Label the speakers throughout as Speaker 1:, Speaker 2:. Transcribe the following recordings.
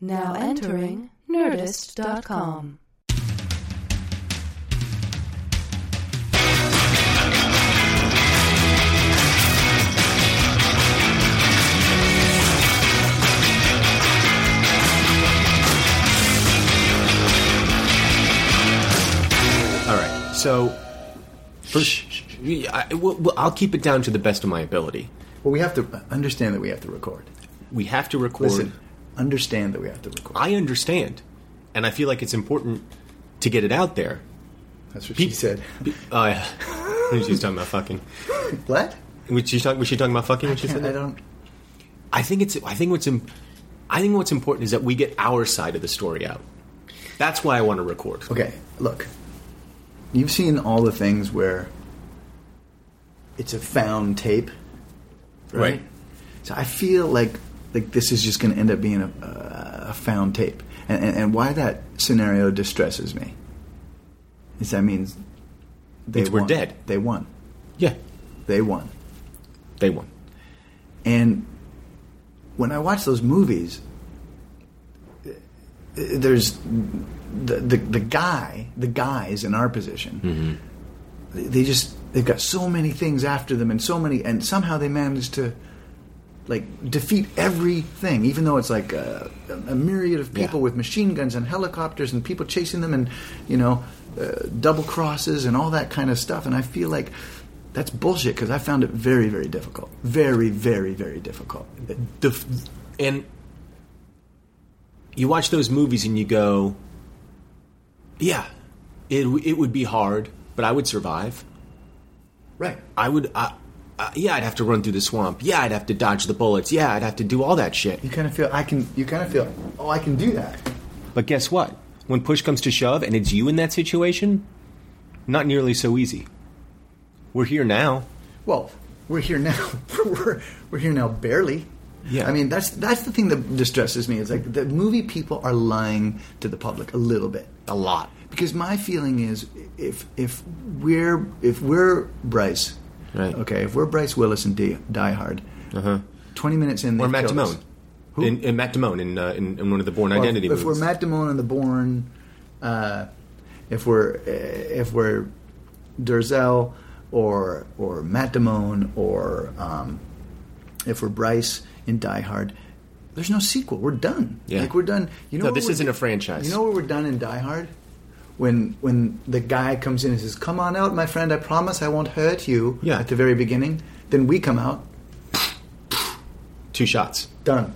Speaker 1: Now entering Nerdist.com.
Speaker 2: All right. So, first, I, well, well, I'll keep it down to the best of my ability.
Speaker 3: Well, we have to understand that we have to record.
Speaker 2: We have to record.
Speaker 3: Listen, understand that we have to record.
Speaker 2: I understand, and I feel like it's important to get it out there.
Speaker 3: That's what
Speaker 2: Pe-
Speaker 3: she said.
Speaker 2: Be- Oh yeah. When she's talking about fucking.
Speaker 3: What?
Speaker 2: Was she, talk, was she talking about fucking when she said
Speaker 3: I
Speaker 2: that?
Speaker 3: don't.
Speaker 2: I think it's. I think what's. Im- I think what's important is that we get our side of the story out. That's why I want to record.
Speaker 3: Okay, look. You've seen all the things where it's a found tape, right?
Speaker 2: Right.
Speaker 3: So I feel like like this is just going to end up being a, a, a found tape, and, and and why that scenario distresses me is that means they
Speaker 2: Means we're
Speaker 3: won.
Speaker 2: dead.
Speaker 3: They won.
Speaker 2: Yeah.
Speaker 3: They won.
Speaker 2: They won.
Speaker 3: And when I watch those movies, uh, there's the, the the guy, the guys in our position. They, they just they've got so many things after them, and so many, and somehow they manage to like defeat everything, even though it's like a, a myriad of people
Speaker 2: Yeah.
Speaker 3: with machine guns and helicopters and people chasing them, and you know, uh, double crosses and all that kind of stuff. And I feel like that's bullshit because I found it very, very difficult, very, very, very difficult.
Speaker 2: the f- and you watch those movies and you go, yeah, it w- it would be hard, but I would survive.
Speaker 3: Right.
Speaker 2: I would, I, I, yeah, I'd have to run through the swamp. Yeah, I'd have to dodge the bullets. Yeah, I'd have to do all that shit.
Speaker 3: You kind of feel I can. You kind of feel oh, I can do that.
Speaker 2: But guess what? When push comes to shove and it's you in that situation, not nearly so easy. We're here now.
Speaker 3: Well, we're here now. we're, we're here now, barely.
Speaker 2: Yeah.
Speaker 3: I mean, that's that's the thing that distresses me. It's like the movie people are lying to the public a little bit.
Speaker 2: A lot.
Speaker 3: because my feeling is if if we're if we're Bryce,
Speaker 2: Right.
Speaker 3: Okay, if we're Bryce Willis and D, Die Hard, uh-huh. twenty minutes in,
Speaker 2: Or
Speaker 3: they've
Speaker 2: Matt
Speaker 3: killed us.
Speaker 2: Damone. In, in Matt Damone in, uh, in, in one of the Born
Speaker 3: Or
Speaker 2: Identity
Speaker 3: if,
Speaker 2: movies.
Speaker 3: if we're Matt Damone and the Born, uh, if we're uh, if we're Durzel or or Matt Damone or um, if we're Bryce in Die Hard. There's no sequel. We're done.
Speaker 2: Yeah.
Speaker 3: Like we're done. You know
Speaker 2: No,
Speaker 3: what
Speaker 2: this
Speaker 3: we're-
Speaker 2: isn't a franchise.
Speaker 3: You know where we're done in Die Hard? When when the guy comes in and says, "Come on out, my friend. I promise I won't hurt you."
Speaker 2: Yeah.
Speaker 3: At the very beginning, then we come out
Speaker 2: Two shots.
Speaker 3: done.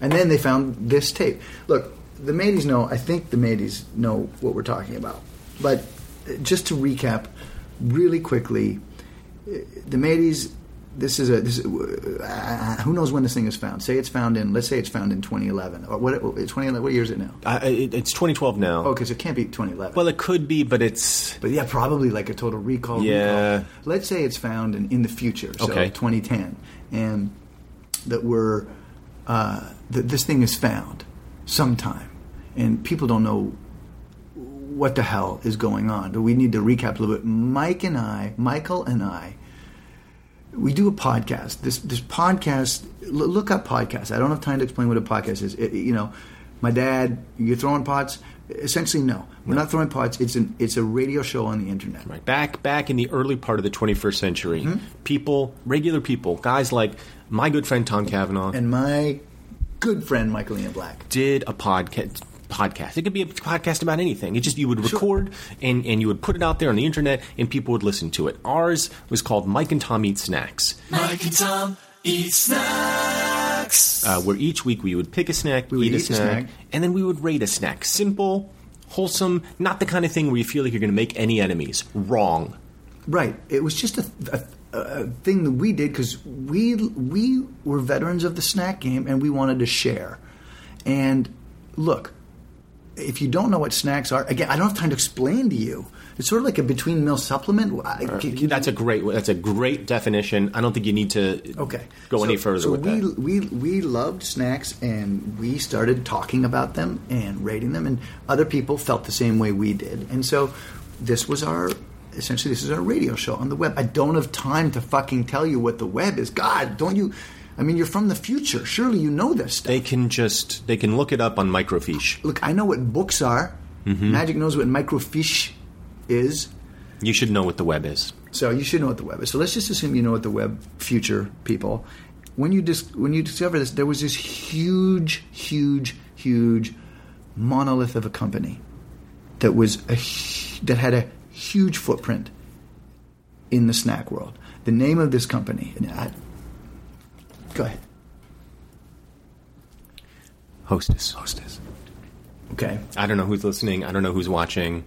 Speaker 3: And then they found this tape. Look, the Mateys know. I think the Mateys know what we're talking about. But uh, just to recap, really quickly, uh, the Mateys. This is a. This is, uh, who knows when this thing is found? Say it's found in. Let's say it's found in 2011. Or what? 2011. What year is it now?
Speaker 2: I, I- it, it's 2012 now.
Speaker 3: Oh, because it can't be 2011.
Speaker 2: Well, it could be, but it's
Speaker 3: But yeah, probably like a total recall.
Speaker 2: Yeah.
Speaker 3: Recall. Let's say it's found in, in the future, so
Speaker 2: Okay.
Speaker 3: 2010, and that we're uh, that this thing is found sometime, and people don't know what the hell is going on. We need to recap a little bit. Mike and I, Michael and I, we do a podcast. This this podcast, l- look up podcasts. I don't have time to explain what a podcast is. It, you know, my dad, you're throwing pots. Essentially, no, we're not throwing pots. It's an it's a radio show on the internet.
Speaker 2: right back back in the early part of the 21st century. People, regular people, guys like my good friend Tom Cavanaugh
Speaker 3: And my good friend Michael Ian Black.
Speaker 2: did a podcast podcast. It could be a podcast about anything. It just you would record and and you would put it out there on the internet and people would listen to it. Ours was called Mike and Tom Eat Snacks.
Speaker 4: Mike and Tom eat snacks.
Speaker 2: uh, where each week we would pick a snack, we
Speaker 3: would
Speaker 2: eat,
Speaker 3: eat
Speaker 2: a, snack,
Speaker 3: a snack.
Speaker 2: and then we would rate a snack. Simple, wholesome, not the kind of thing where you feel like you're going to make any enemies. Wrong.
Speaker 3: Right. It was just a, a uh, thing that we did because we we were veterans of the snack game and we wanted to share. And look, if you don't know what snacks are, again, I don't have time to explain to you. It's sort of like a between meal supplement. I- can- can-
Speaker 2: That's a great. That's a great definition. I don't think you need to
Speaker 3: okay.
Speaker 2: go
Speaker 3: So-
Speaker 2: any further
Speaker 3: so
Speaker 2: with
Speaker 3: we,
Speaker 2: that.
Speaker 3: We we loved snacks and we started talking about them and rating them, and other people felt the same way we did, and so this was our. Essentially, this is our radio show on the web. I don't have time to fucking tell you what the web is. God, don't you? I mean, you're from the future. Surely you know this stuff.
Speaker 2: They can just they can look it up on microfiche.
Speaker 3: Look, I know what books are.
Speaker 2: Mm-hmm.
Speaker 3: Magic knows what microfiche is.
Speaker 2: You should know what the web is.
Speaker 3: So you should know what the web is. So let's just assume you know what the web future people. When you dis- when you discover this, there was this huge, huge, huge monolith of a company that was a, hu- that had a huge footprint in the snack world. The name of this company. and I- go ahead.
Speaker 2: Hostess. Hostess.
Speaker 3: Okay.
Speaker 2: I don't know who's listening. I don't know who's watching.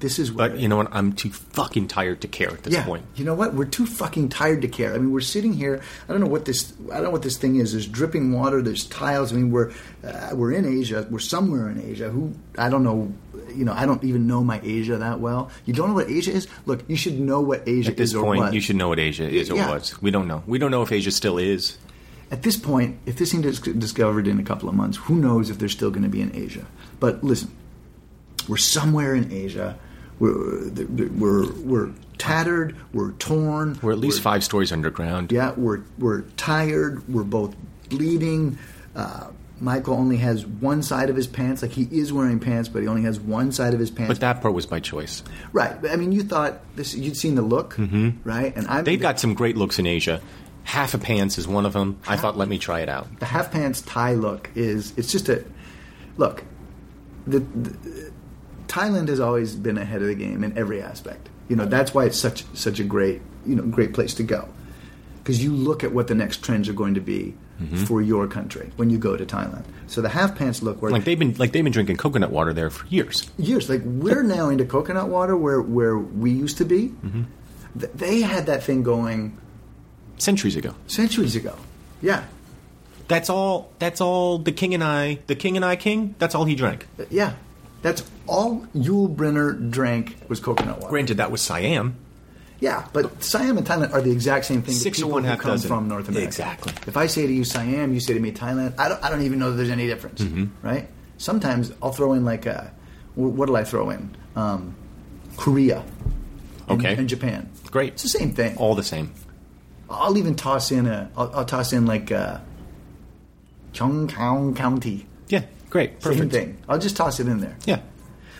Speaker 3: This is what
Speaker 2: But you know what? I'm too fucking tired to care at this point.
Speaker 3: You know what? We're too fucking tired to care. I mean, we're sitting here. I don't know what this. I don't know what this thing is. There's dripping water. There's tiles. I mean, we're uh, we're in Asia. We're somewhere in Asia. Who I don't know. You know, I don't even know my Asia that well. You don't know what Asia is? Look, you should know what Asia
Speaker 2: At this
Speaker 3: is or
Speaker 2: point,
Speaker 3: what.
Speaker 2: you should know what Asia is or
Speaker 3: Yeah.
Speaker 2: was. We don't know. We don't know if Asia still is.
Speaker 3: At this point, if this thing is discovered in a couple of months, who knows if they're still going to be in Asia? But listen, we're somewhere in Asia. We're we're we're tattered. We're torn.
Speaker 2: We're at least five stories underground.
Speaker 3: Yeah, we're we're tired. We're both bleeding. Uh, Michael only has one side of his pants. Like he is wearing pants, but he only has one side of his pants.
Speaker 2: But that part was by choice.
Speaker 3: right. But, I mean, you thought this. You'd seen the look, right? And I.
Speaker 2: They've Mm-hmm. got some great looks in Asia. Half a pants is one of them. I thought, let me try it out.
Speaker 3: the half pants tie look. Is it's just a look. The, the- Thailand has always been ahead of the game in every aspect. You know that's why it's such such a great you know great place to go because you look at what the next trends are going to be for your country when you go to Thailand. So the half pants look where
Speaker 2: Like they've been like they've been drinking coconut water there for years.
Speaker 3: years. Like we're now into coconut water where where we used to be. Th- They had that thing going
Speaker 2: Centuries ago.
Speaker 3: centuries ago. Yeah,
Speaker 2: That's all that's all the king and I the king and I king, that's all he drank.
Speaker 3: yeah. That's all Yul Brynner drank was coconut water.
Speaker 2: Granted that was Siam.
Speaker 3: Yeah, but Siam and Thailand are the exact same thing. that
Speaker 2: Six or
Speaker 3: people
Speaker 2: one
Speaker 3: who
Speaker 2: half
Speaker 3: come
Speaker 2: dozen.
Speaker 3: from North America.
Speaker 2: Exactly.
Speaker 3: If I say to you Siam, you say to me Thailand. I don't, I don't even know that there's any difference,
Speaker 2: Mm-hmm.
Speaker 3: right? Sometimes I'll throw in like a, wh- what'll I throw in? Um, Korea. and-
Speaker 2: Okay.
Speaker 3: And, Japan.
Speaker 2: Great.
Speaker 3: It's the same thing.
Speaker 2: All the same.
Speaker 3: I'll even toss in a. I'll, I'll toss in like a. Chongqing County.
Speaker 2: Yeah, great. Perfect.
Speaker 3: Same thing. I'll just toss it in there.
Speaker 2: Yeah.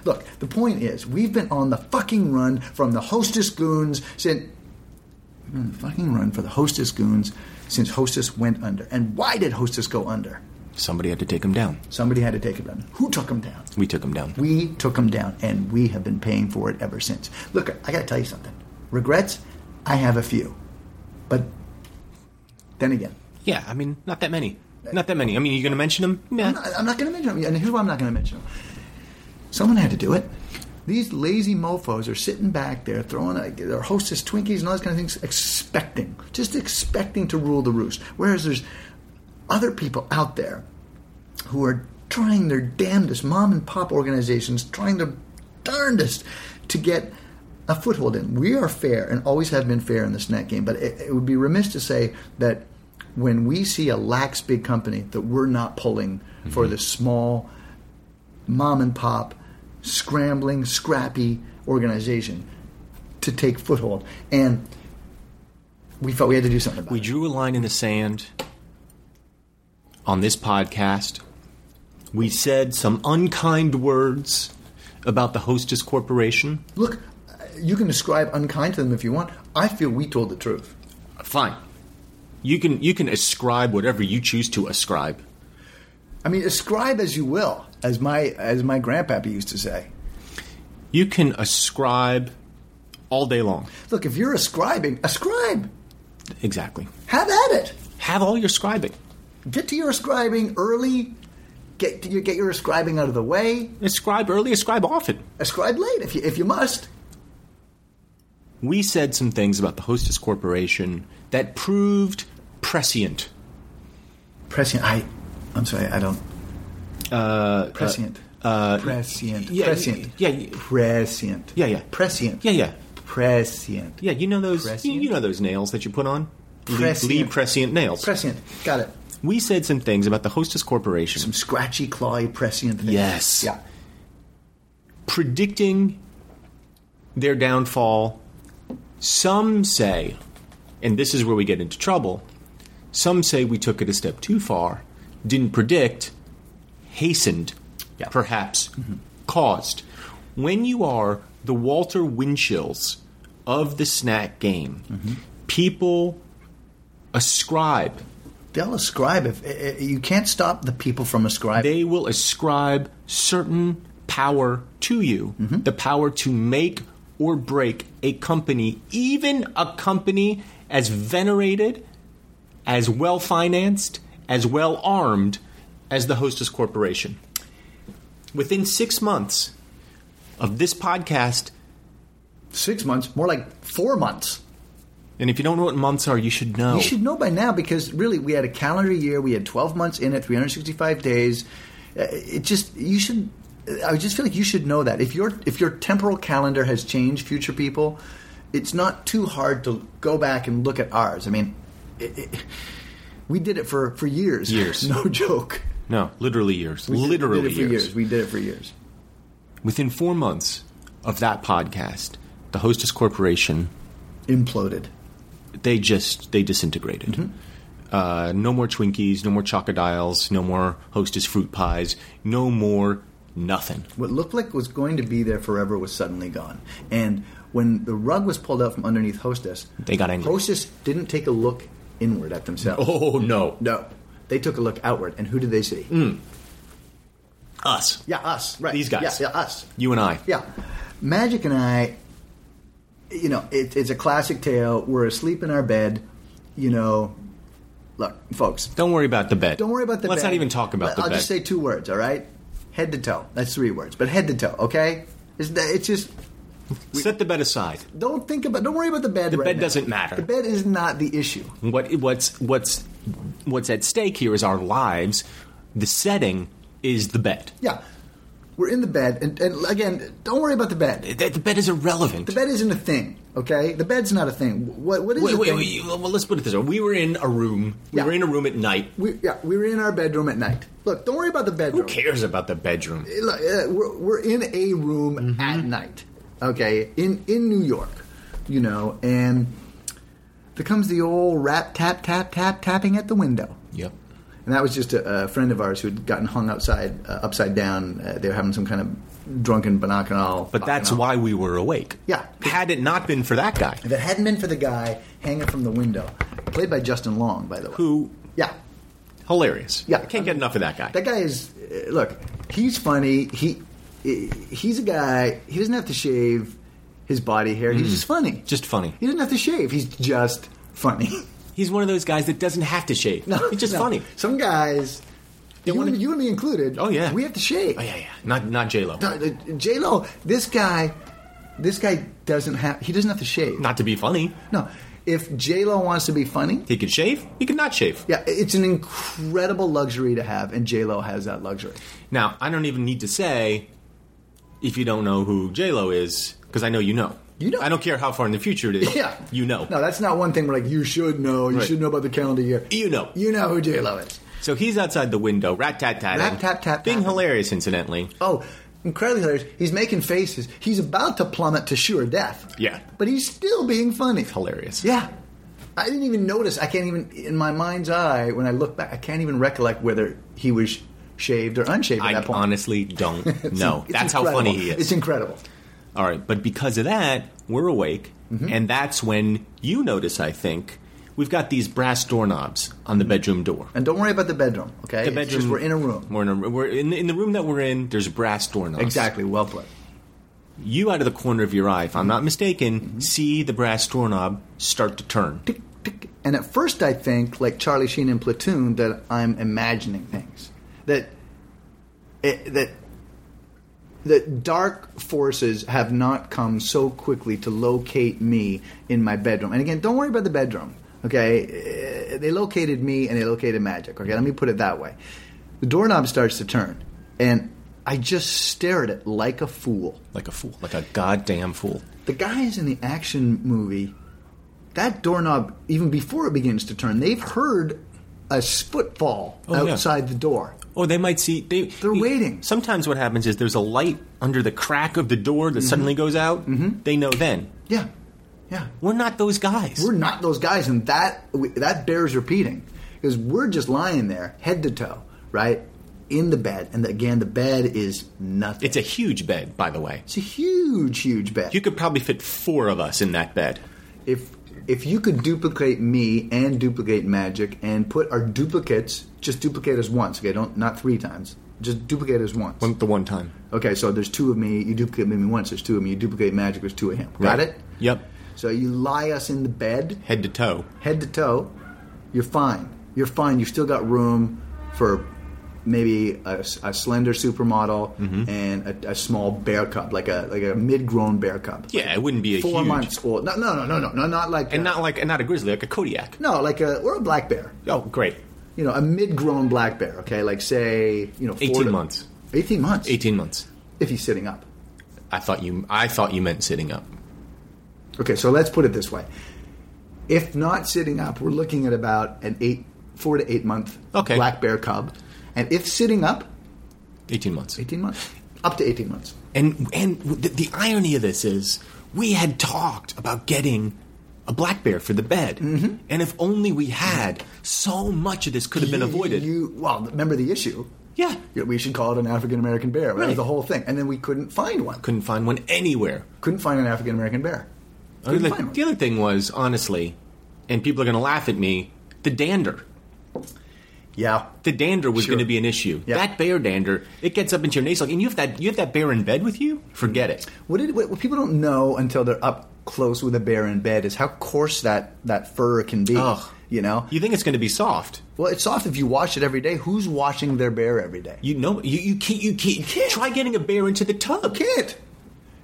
Speaker 3: Look, the point is, we've been on the fucking run from the hostess goons since. We've been on the fucking run for the hostess goons since hostess went under. And why did hostess go under?
Speaker 2: Somebody had to take him down.
Speaker 3: Somebody had to take them down. Who took them down?
Speaker 2: We took him down.
Speaker 3: We took them down, and we have been paying for it ever since. Look, I gotta tell you something. Regrets? I have a few. But then again,
Speaker 2: yeah, I mean, not that many. Not that many. I mean, you going to mention them? Nah.
Speaker 3: I'm not, I'm not going to mention them. And here's why I'm not going to mention them. Someone had to do it. These lazy mofos are sitting back there, throwing like, their hostess Twinkies and all these kind of things, expecting, just expecting to rule the roost. Whereas there's other people out there who are trying their damnedest, mom and pop organizations trying their darndest to get a foothold in. We are fair and always have been fair in the snack game, but it, it would be remiss to say that when we see a lax big company that we're not pulling for the small mom and pop scrambling scrappy organization to take foothold and we felt we had to do something about
Speaker 2: We
Speaker 3: it.
Speaker 2: drew a line in the sand on this podcast. We said some unkind words about the Hostess Corporation.
Speaker 3: Look, uh, you can describe unkind to them if you want. I feel we told the truth.
Speaker 2: Fine. You can you can ascribe whatever you choose to ascribe.
Speaker 3: I mean, ascribe as you will, as my as my grandpappy used to say.
Speaker 2: You can ascribe all day long.
Speaker 3: Look, if you're ascribing, ascribe.
Speaker 2: Exactly.
Speaker 3: Have at it.
Speaker 2: Have all your scribing.
Speaker 3: Get to your ascribing early. Get to your, get your ascribing out of the way.
Speaker 2: Ascribe early, ascribe often.
Speaker 3: Ascribe late if you if you must.
Speaker 2: we said some things about the Hostess Corporation that proved prescient.
Speaker 3: Prescient. I. I'm sorry. I don't. Uh, prescient. Uh, prescient.
Speaker 2: yeah,
Speaker 3: prescient.
Speaker 2: yeah, yeah.
Speaker 3: Prescient.
Speaker 2: Yeah, yeah.
Speaker 3: Prescient.
Speaker 2: Yeah, yeah,
Speaker 3: Prescient.
Speaker 2: yeah. You know those.
Speaker 3: Prescient?
Speaker 2: You, you know those nails that you put on. Lee-
Speaker 3: Prescient.
Speaker 2: Lee prescient nails.
Speaker 3: Prescient. Got it.
Speaker 2: we said some things about the Hostess Corporation
Speaker 3: Some scratchy, clawy, prescient things.
Speaker 2: Yes.
Speaker 3: Yeah.
Speaker 2: predicting their downfall. Some say, and this is where we get into trouble, some say we took it a step too far, didn't predict, hastened,
Speaker 3: Yeah.
Speaker 2: perhaps caused. When you are the Walter Winchills of the snack game, people ascribe
Speaker 3: They'll ascribe if eh, eh, you can't stop the people from ascribing.
Speaker 2: they will ascribe certain power to you
Speaker 3: Mm-hmm.
Speaker 2: the power to make or break a company, even a company as venerated, as well financed, as well armed as the Hostess Corporation. Within six months of this podcast,
Speaker 3: Six months, more like four months.
Speaker 2: and if you don't know what months are, you should know.
Speaker 3: You should know by now because really, we had a calendar year. We had 12 months in it, 365 days. Uh, It just you should. I just feel like you should know that if your if your temporal calendar has changed, future people, it's not too hard to go back and look at ours. I mean, it, it, we did it for for years.
Speaker 2: Years.
Speaker 3: no joke.
Speaker 2: no, literally years.
Speaker 3: We did-
Speaker 2: literally
Speaker 3: did it for years. We did it for years.
Speaker 2: Within four months of that podcast, the Hostess Corporation
Speaker 3: Imploded.
Speaker 2: they just they disintegrated.
Speaker 3: Mm-hmm.
Speaker 2: Uh, no more Twinkies, no more Chocodiles, no more Hostess fruit pies, no more nothing.
Speaker 3: What looked like was going to be there forever was suddenly gone. And when the rug was pulled out from underneath Hostess,
Speaker 2: They got angry.
Speaker 3: Hostess didn't take a look inward at themselves.
Speaker 2: Oh no,
Speaker 3: No, they took a look outward, and who did they see?
Speaker 2: us.
Speaker 3: Yeah, us. Right.
Speaker 2: Mm. These guys.
Speaker 3: Yeah, yeah, us.
Speaker 2: You and I.
Speaker 3: Yeah. Magic and I, you know, it, it's a classic tale. We're asleep in our bed. You know, look, folks,
Speaker 2: Don't worry about the bet.
Speaker 3: Don't worry about the
Speaker 2: Let's
Speaker 3: bed.
Speaker 2: not even talk about
Speaker 3: Let-
Speaker 2: the
Speaker 3: I'll
Speaker 2: bet.
Speaker 3: just say two words, all right? Head to toe. That's three words, but head to toe, okay? It's, it's just
Speaker 2: Set the bet aside.
Speaker 3: don't think about don't worry about the bed.
Speaker 2: The
Speaker 3: right
Speaker 2: bed
Speaker 3: now.
Speaker 2: doesn't matter.
Speaker 3: The bed is not the issue.
Speaker 2: What what's what's what's at stake here is our lives. The setting is the bet.
Speaker 3: Yeah. We're in the bed and, and again, don't worry about the bed.
Speaker 2: The, the bet is irrelevant.
Speaker 3: The bed isn't a thing, okay? The bed's not a thing. What what is
Speaker 2: Wait,
Speaker 3: a
Speaker 2: wait,
Speaker 3: thing?
Speaker 2: wait, well, let's put it this way. We were in a room. We
Speaker 3: Yeah.
Speaker 2: were in a room at night.
Speaker 3: We, yeah, we were in our bedroom at night. Look, don't worry about the bedroom.
Speaker 2: Who cares about the bedroom?
Speaker 3: Look, uh, we're, we're in a room
Speaker 2: Mm-hmm.
Speaker 3: at night, okay, in in New York, you know, and there comes the old rap tap tap tap tapping at the window,
Speaker 2: Yep.
Speaker 3: and that was just a, a friend of ours who had gotten hung outside uh, upside down. Uh, they were having some kind of drunken bacchanal.
Speaker 2: But that's
Speaker 3: bacchanal.
Speaker 2: why we were awake.
Speaker 3: Yeah.
Speaker 2: Had it not been for that guy,
Speaker 3: If it hadn't been for the guy hanging from the window, played by Justin Long, by the way,
Speaker 2: who
Speaker 3: yeah,
Speaker 2: hilarious.
Speaker 3: Yeah.
Speaker 2: I can't get enough of that guy.
Speaker 3: That guy is uh, look. He's funny. He he's a guy. He doesn't have to shave his body hair. He's just funny.
Speaker 2: Mm. Just funny.
Speaker 3: He doesn't have to shave. He's just funny.
Speaker 2: He's one of those guys that doesn't have to shave. he's just
Speaker 3: No.
Speaker 2: funny.
Speaker 3: Some guys, you,
Speaker 2: wanna-
Speaker 3: and- you and me included.
Speaker 2: Oh, yeah.
Speaker 3: we have to shave.
Speaker 2: Oh yeah, yeah. Not not J Lo.
Speaker 3: J Lo. This guy, this guy doesn't have. He doesn't have to shave.
Speaker 2: Not to be funny.
Speaker 3: No. If J Lo wants to be funny,
Speaker 2: He could shave. He could not shave.
Speaker 3: yeah, it's an incredible luxury to have, and J Lo has that luxury.
Speaker 2: Now I don't even need to say if you don't know who J Lo is because I know you know.
Speaker 3: You know.
Speaker 2: I don't care how far in the future it is.
Speaker 3: Yeah,
Speaker 2: You know.
Speaker 3: No, that's not one thing. We're like, you should know. You
Speaker 2: Right. E
Speaker 3: should know about the calendar year.
Speaker 2: You know.
Speaker 3: You know who J Lo is.
Speaker 2: So he's outside the window, rat tat tat,
Speaker 3: Rat-tat-tat-tat.
Speaker 2: being hilarious, incidentally.
Speaker 3: Oh, incredibly hilarious. He's making faces. He's about to plummet to sure death.
Speaker 2: Yeah.
Speaker 3: but he's still being funny.
Speaker 2: Hilarious.
Speaker 3: Yeah. I didn't even notice. I can't even in my mind's eye when I look back. I can't even recollect whether he was shaved or unshaved
Speaker 2: I
Speaker 3: at that point.
Speaker 2: honestly don't
Speaker 3: It's-
Speaker 2: know.
Speaker 3: it's
Speaker 2: That's how
Speaker 3: incredible.
Speaker 2: funny he is.
Speaker 3: It's incredible.
Speaker 2: All right, but because of that, we're awake,
Speaker 3: Mm-hmm.
Speaker 2: and that's when you notice. I think we've got these brass doorknobs on the bedroom door.
Speaker 3: Mm-hmm. And don't worry about the bedroom. Okay,
Speaker 2: the
Speaker 3: It's
Speaker 2: bedroom.
Speaker 3: just we're in a room.
Speaker 2: We're in, a, we're in, in the room that we're in. There's brass doorknobs.
Speaker 3: Exactly. Well played.
Speaker 2: You, out of the corner of your eye, if I'm not mistaken, see the brass doorknob start to turn.
Speaker 3: Mm-hmm. tick, tick. And at first, I think, like Charlie Sheen in Platoon, that I'm imagining things. That it, that eh, that dark forces have not come so quickly to locate me in my bedroom. And again, don't worry about the bedroom. Okay, Uh, they located me and they located magic. Okay, let me put it that way. The doorknob starts to turn, and I just stare at it like a fool.
Speaker 2: Like a fool. Like a goddamn fool.
Speaker 3: The guys in the action movie, that doorknob, even before it begins to turn, they've heard a s- footfall
Speaker 2: Oh, yeah.
Speaker 3: outside the door.
Speaker 2: Or they might see they
Speaker 3: They're waiting.
Speaker 2: Sometimes what happens is there's a light under the crack of the door that suddenly goes out. Mm-hmm. They know then.
Speaker 3: Yeah, yeah.
Speaker 2: We're not those guys.
Speaker 3: we're not those guys, and that that bears repeating because we're just lying there, head to toe, right in the bed, and again, the bed is nothing.
Speaker 2: it's a huge bed, by the way.
Speaker 3: It's a huge, huge bed.
Speaker 2: You could probably fit four of us in that bed.
Speaker 3: if if you could duplicate me and duplicate magic and put our duplicates, just duplicate us once, okay? Don't not three times. Just duplicate us once.
Speaker 2: One, the one time.
Speaker 3: Okay, so there's two of me. You duplicate me once. There's two of me. You duplicate magic. There's two of him. Got
Speaker 2: Right.
Speaker 3: it?
Speaker 2: Yep.
Speaker 3: So you lie us in the bed.
Speaker 2: Head to toe.
Speaker 3: head to toe, you're fine. You're fine. You still got room for maybe a, a slender supermodel
Speaker 2: Mm-hmm.
Speaker 3: and a, a small bear cub, like a like a mid-grown bear cub.
Speaker 2: Yeah, it wouldn't be a
Speaker 3: four
Speaker 2: huge.
Speaker 3: months old. No, no, no, no, no, no, not like
Speaker 2: And
Speaker 3: a-
Speaker 2: not like and not a grizzly, like a Kodiak.
Speaker 3: no, like a or a black bear.
Speaker 2: Oh, great.
Speaker 3: You know, a mid-grown black bear. Okay, like say you know, four
Speaker 2: 18
Speaker 3: to-
Speaker 2: months.
Speaker 3: Eighteen months.
Speaker 2: Eighteen months.
Speaker 3: If he's sitting up.
Speaker 2: I thought you. I thought you meant sitting up.
Speaker 3: Okay, so let's put it this way: if not sitting up, we're looking at about an eight, four to eight month
Speaker 2: Okay.
Speaker 3: black bear cub, and if sitting up,
Speaker 2: Eighteen months.
Speaker 3: 18 months. Up to 18 months.
Speaker 2: And and the, the irony of this is, we had talked about getting a black bear for the bed, mm-hmm. and if only we had, so much of this could have been avoided.
Speaker 3: You, well, remember the issue.
Speaker 2: yeah,
Speaker 3: Yeah, We should call it an African American bear. That was
Speaker 2: Right.
Speaker 3: the whole thing. And then we couldn't find one.
Speaker 2: couldn't find one anywhere.
Speaker 3: Couldn't find an African American bear. Couldn't
Speaker 2: the,
Speaker 3: find one.
Speaker 2: the other thing was, honestly, and people are going to laugh at me, the dander.
Speaker 3: Yeah.
Speaker 2: The dander was
Speaker 3: Sure.
Speaker 2: going to be an issue.
Speaker 3: Yeah.
Speaker 2: That bear dander, it gets up into your nasal, and you have that you have that bear in bed with you. Forget it.
Speaker 3: What, did, what, what people don't know until they're up close with a bear in bed is how coarse that, that fur can be.
Speaker 2: Ugh.
Speaker 3: You know?
Speaker 2: You think it's going to be soft?
Speaker 3: well, it's soft if you wash it every day. Who's washing their bear every day?
Speaker 2: You know, you, you can't you can't, try getting a bear into the tub.
Speaker 3: can't.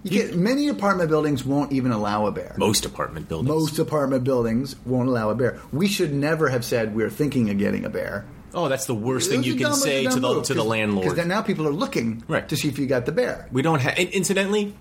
Speaker 3: You can't. Many apartment buildings won't even allow a bear.
Speaker 2: Most apartment buildings.
Speaker 3: Most apartment buildings won't allow a bear. We should never have said we're thinking of getting a bear.
Speaker 2: Oh, that's the worst thing
Speaker 3: It was
Speaker 2: you
Speaker 3: a
Speaker 2: can
Speaker 3: dumb- it was a
Speaker 2: say
Speaker 3: dumb
Speaker 2: to the
Speaker 3: move,
Speaker 2: to the
Speaker 3: 'cause- 'cause then
Speaker 2: landlord.
Speaker 3: now people are looking
Speaker 2: Right.
Speaker 3: to see if you got the bear.
Speaker 2: We don't have. Incidentally,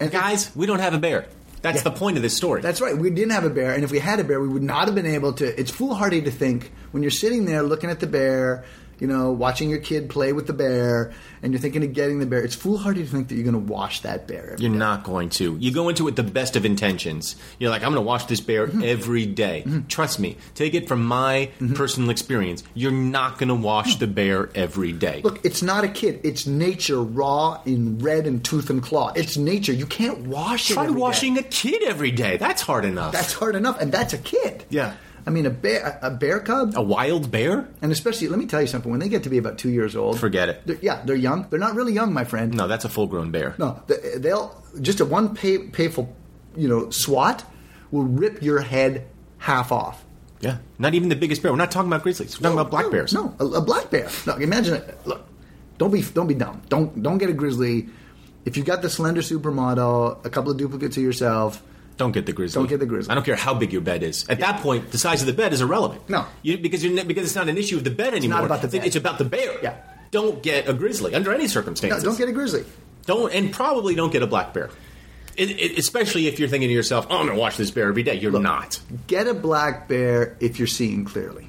Speaker 3: And-
Speaker 2: guys, we don't have a bear. That's
Speaker 3: Yeah.
Speaker 2: the point of this story.
Speaker 3: That's right. We didn't have a bear, and if we had a bear, we would not have been able to. It's foolhardy to think when you're sitting there looking at the bear, you know, watching your kid play with the bear, and you're thinking of getting the bear. It's foolhardy to think that you're going to wash that bear.
Speaker 2: You're not going to. You go into it with the best of intentions. You're like, I'm going to wash this bear
Speaker 3: Mm-hmm.
Speaker 2: every day. Trust me. Take it from my personal experience. You're not going to wash the bear every day.
Speaker 3: Mm-hmm. Look, it's not a kid. It's nature, raw in red and tooth and claw. It's nature. You can't wash it.
Speaker 2: Try
Speaker 3: every day.
Speaker 2: washing a kid every day. That's hard enough.
Speaker 3: That's hard enough, and that's a kid.
Speaker 2: Yeah. Oh.
Speaker 3: I mean, a bear, a bear cub.
Speaker 2: a wild bear?
Speaker 3: And especially, let me tell you something. When they get to be about two years old,
Speaker 2: Forget it.
Speaker 3: They're, yeah, they're young. They're not really young, my friend.
Speaker 2: No, that's a full-grown bear.
Speaker 3: no. they- They'll just a one pay, payful, you know, swat will rip your head half off.
Speaker 2: Yeah. Not even the biggest bear. We're not talking about grizzlies. We're talking about black
Speaker 3: no,
Speaker 2: bears.
Speaker 3: No, a, a black bear. No, imagine it. Look, don't be don't be dumb. Don't don't get a grizzly. If you got the slender supermodel, a couple of duplicates of yourself.
Speaker 2: Don't get the grizzly.
Speaker 3: Don't get the grizzly.
Speaker 2: I don't care how big your bed is. At that point, the size of the bed is irrelevant.
Speaker 3: No.
Speaker 2: you, because you're, ne- because it's not an issue of the bed anymore.
Speaker 3: not about the bed.
Speaker 2: It's about the bear.
Speaker 3: Yeah.
Speaker 2: Don't get a grizzly under any
Speaker 3: No,
Speaker 2: circumstances.
Speaker 3: don't get a grizzly.
Speaker 2: Don't and probably don't get a black bear. It, it, especially if you're thinking to yourself, "Oh, I'm going to watch this bear every day." You're not.
Speaker 3: Get a black bear if you're seeing clearly.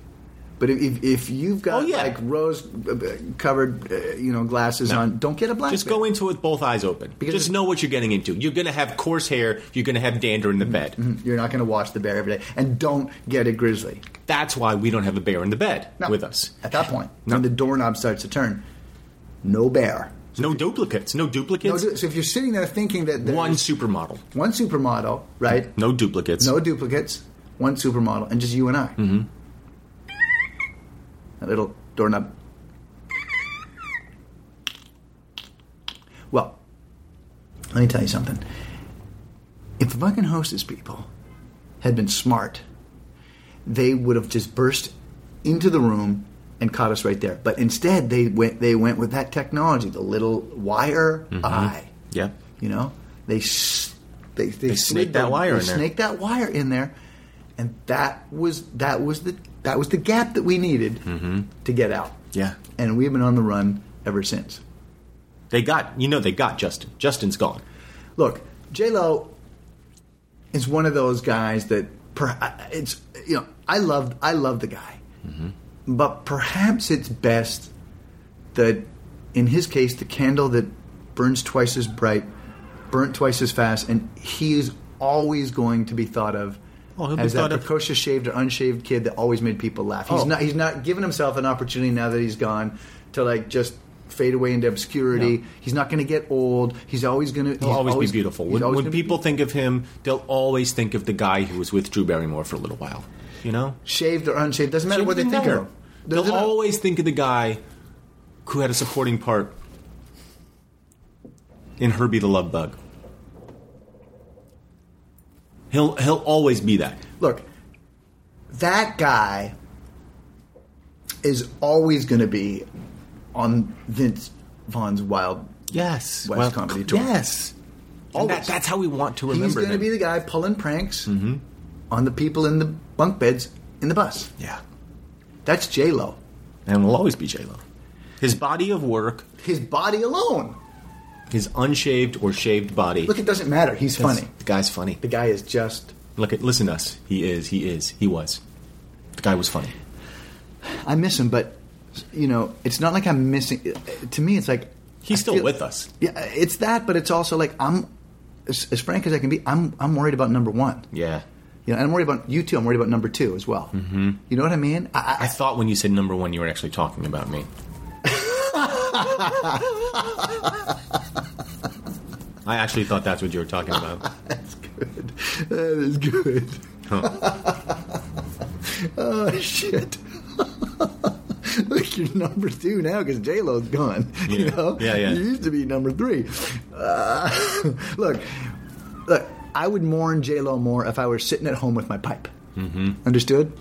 Speaker 3: But if, if, if you've got
Speaker 2: Oh, yeah.
Speaker 3: like rose uh, uh, covered, uh, you know, glasses on, don't get a black
Speaker 2: Just
Speaker 3: bear.
Speaker 2: go into it with both eyes open.
Speaker 3: Because
Speaker 2: Just
Speaker 3: it's-
Speaker 2: know what you're getting into. You're going to have coarse hair. You're going to have dander in the bed.
Speaker 3: You're not going to watch the bear every day, and don't get a grizzly.
Speaker 2: That's why we don't have a bear in the bed
Speaker 3: No.
Speaker 2: with us.
Speaker 3: at that point
Speaker 2: No.
Speaker 3: when the doorknob starts to turn. No bear.
Speaker 2: No duplicates. No
Speaker 3: No,
Speaker 2: duplicates.
Speaker 3: du- so if you're sitting there thinking that there's
Speaker 2: One supermodel.
Speaker 3: one supermodel, right?
Speaker 2: No duplicates.
Speaker 3: No duplicates, one supermodel, and just you and I. Mm-hmm. A little doorknob. Well, let me tell you something. If the fucking hostess people had been smart, they would have just burst into the room and caught us right there. But instead, they went they went with that technology, the little wire eye.
Speaker 2: Yeah.
Speaker 3: You know, they s- they they,
Speaker 2: They snaked
Speaker 3: slid
Speaker 2: that
Speaker 3: the-
Speaker 2: wire
Speaker 3: they
Speaker 2: in there.
Speaker 3: Snaked that wire in there, and that was that was the that was the gap that we needed to get out.
Speaker 2: Mm-hmm. Yeah.
Speaker 3: and we've been on the run ever since.
Speaker 2: They got, you know, they got Justin. Justin's gone.
Speaker 3: Look, J Lo is one of those guys that per, it's you know I love I love the guy, but perhaps it's best that in his case the candle that burns twice as bright, burnt twice as fast, and he is always going to be thought of.
Speaker 2: Oh, he'll be
Speaker 3: as that
Speaker 2: thought of-
Speaker 3: precocious shaved or unshaved kid that always made people laugh. He's
Speaker 2: Oh.
Speaker 3: not he's not giving himself an opportunity now that he's gone to like just fade away into obscurity.
Speaker 2: No.
Speaker 3: He's not going to get old. He's always going to
Speaker 2: He'll
Speaker 3: He's
Speaker 2: always, be beautiful.
Speaker 3: he's
Speaker 2: When,
Speaker 3: always
Speaker 2: when
Speaker 3: gonna be
Speaker 2: people think of him, they'll always think of the guy who was with Drew Barrymore for a little while. You know?
Speaker 3: shaved or unshaved doesn't matter what they
Speaker 2: Doesn't
Speaker 3: think
Speaker 2: matter.
Speaker 3: of him.
Speaker 2: They'll
Speaker 3: Doesn't-
Speaker 2: always think of the guy who had a supporting part in Herbie the Love Bug. He'll he'll always be that.
Speaker 3: look. That guy is always going to be on Vince Vaughn's Wild
Speaker 2: Yes.
Speaker 3: West Comedy Tour.
Speaker 2: Yes. And that, that's how we want to
Speaker 3: He's
Speaker 2: remember
Speaker 3: going to
Speaker 2: him. Mm-hmm.
Speaker 3: be the guy pulling pranks on the people in the bunk beds in the bus.
Speaker 2: yeah.
Speaker 3: That's J Lo.
Speaker 2: And will always be J Lo. His body of work,
Speaker 3: His body alone.
Speaker 2: his unshaved or shaved body.
Speaker 3: Look, it doesn't matter. He's funny.
Speaker 2: The guy's funny.
Speaker 3: The guy is just.
Speaker 2: Look at listen to us. He is. He is. He was. The guy was funny.
Speaker 3: I miss him, but you know, it's not like I'm missing. To me, it's like
Speaker 2: He's
Speaker 3: I
Speaker 2: still
Speaker 3: feel-
Speaker 2: with us.
Speaker 3: Yeah, it's that, but it's also like I'm as, as frank as I can be. I'm I'm worried about number one.
Speaker 2: Yeah.
Speaker 3: You know, and I'm worried about you too. I'm worried about number two as well. Mm-hmm. You know what I mean? I,
Speaker 2: I thought when you said number one, you were actually talking about me. I actually thought that's what you were talking about.
Speaker 3: that's good. That is good. oh shit. Look, you're number two now because J Lo's gone. You
Speaker 2: Yeah.
Speaker 3: know,
Speaker 2: Yeah, yeah.
Speaker 3: You used to be number three. Uh, look, look. I would mourn J Lo more if I were sitting at home with my pipe. Mm-hmm. Understood?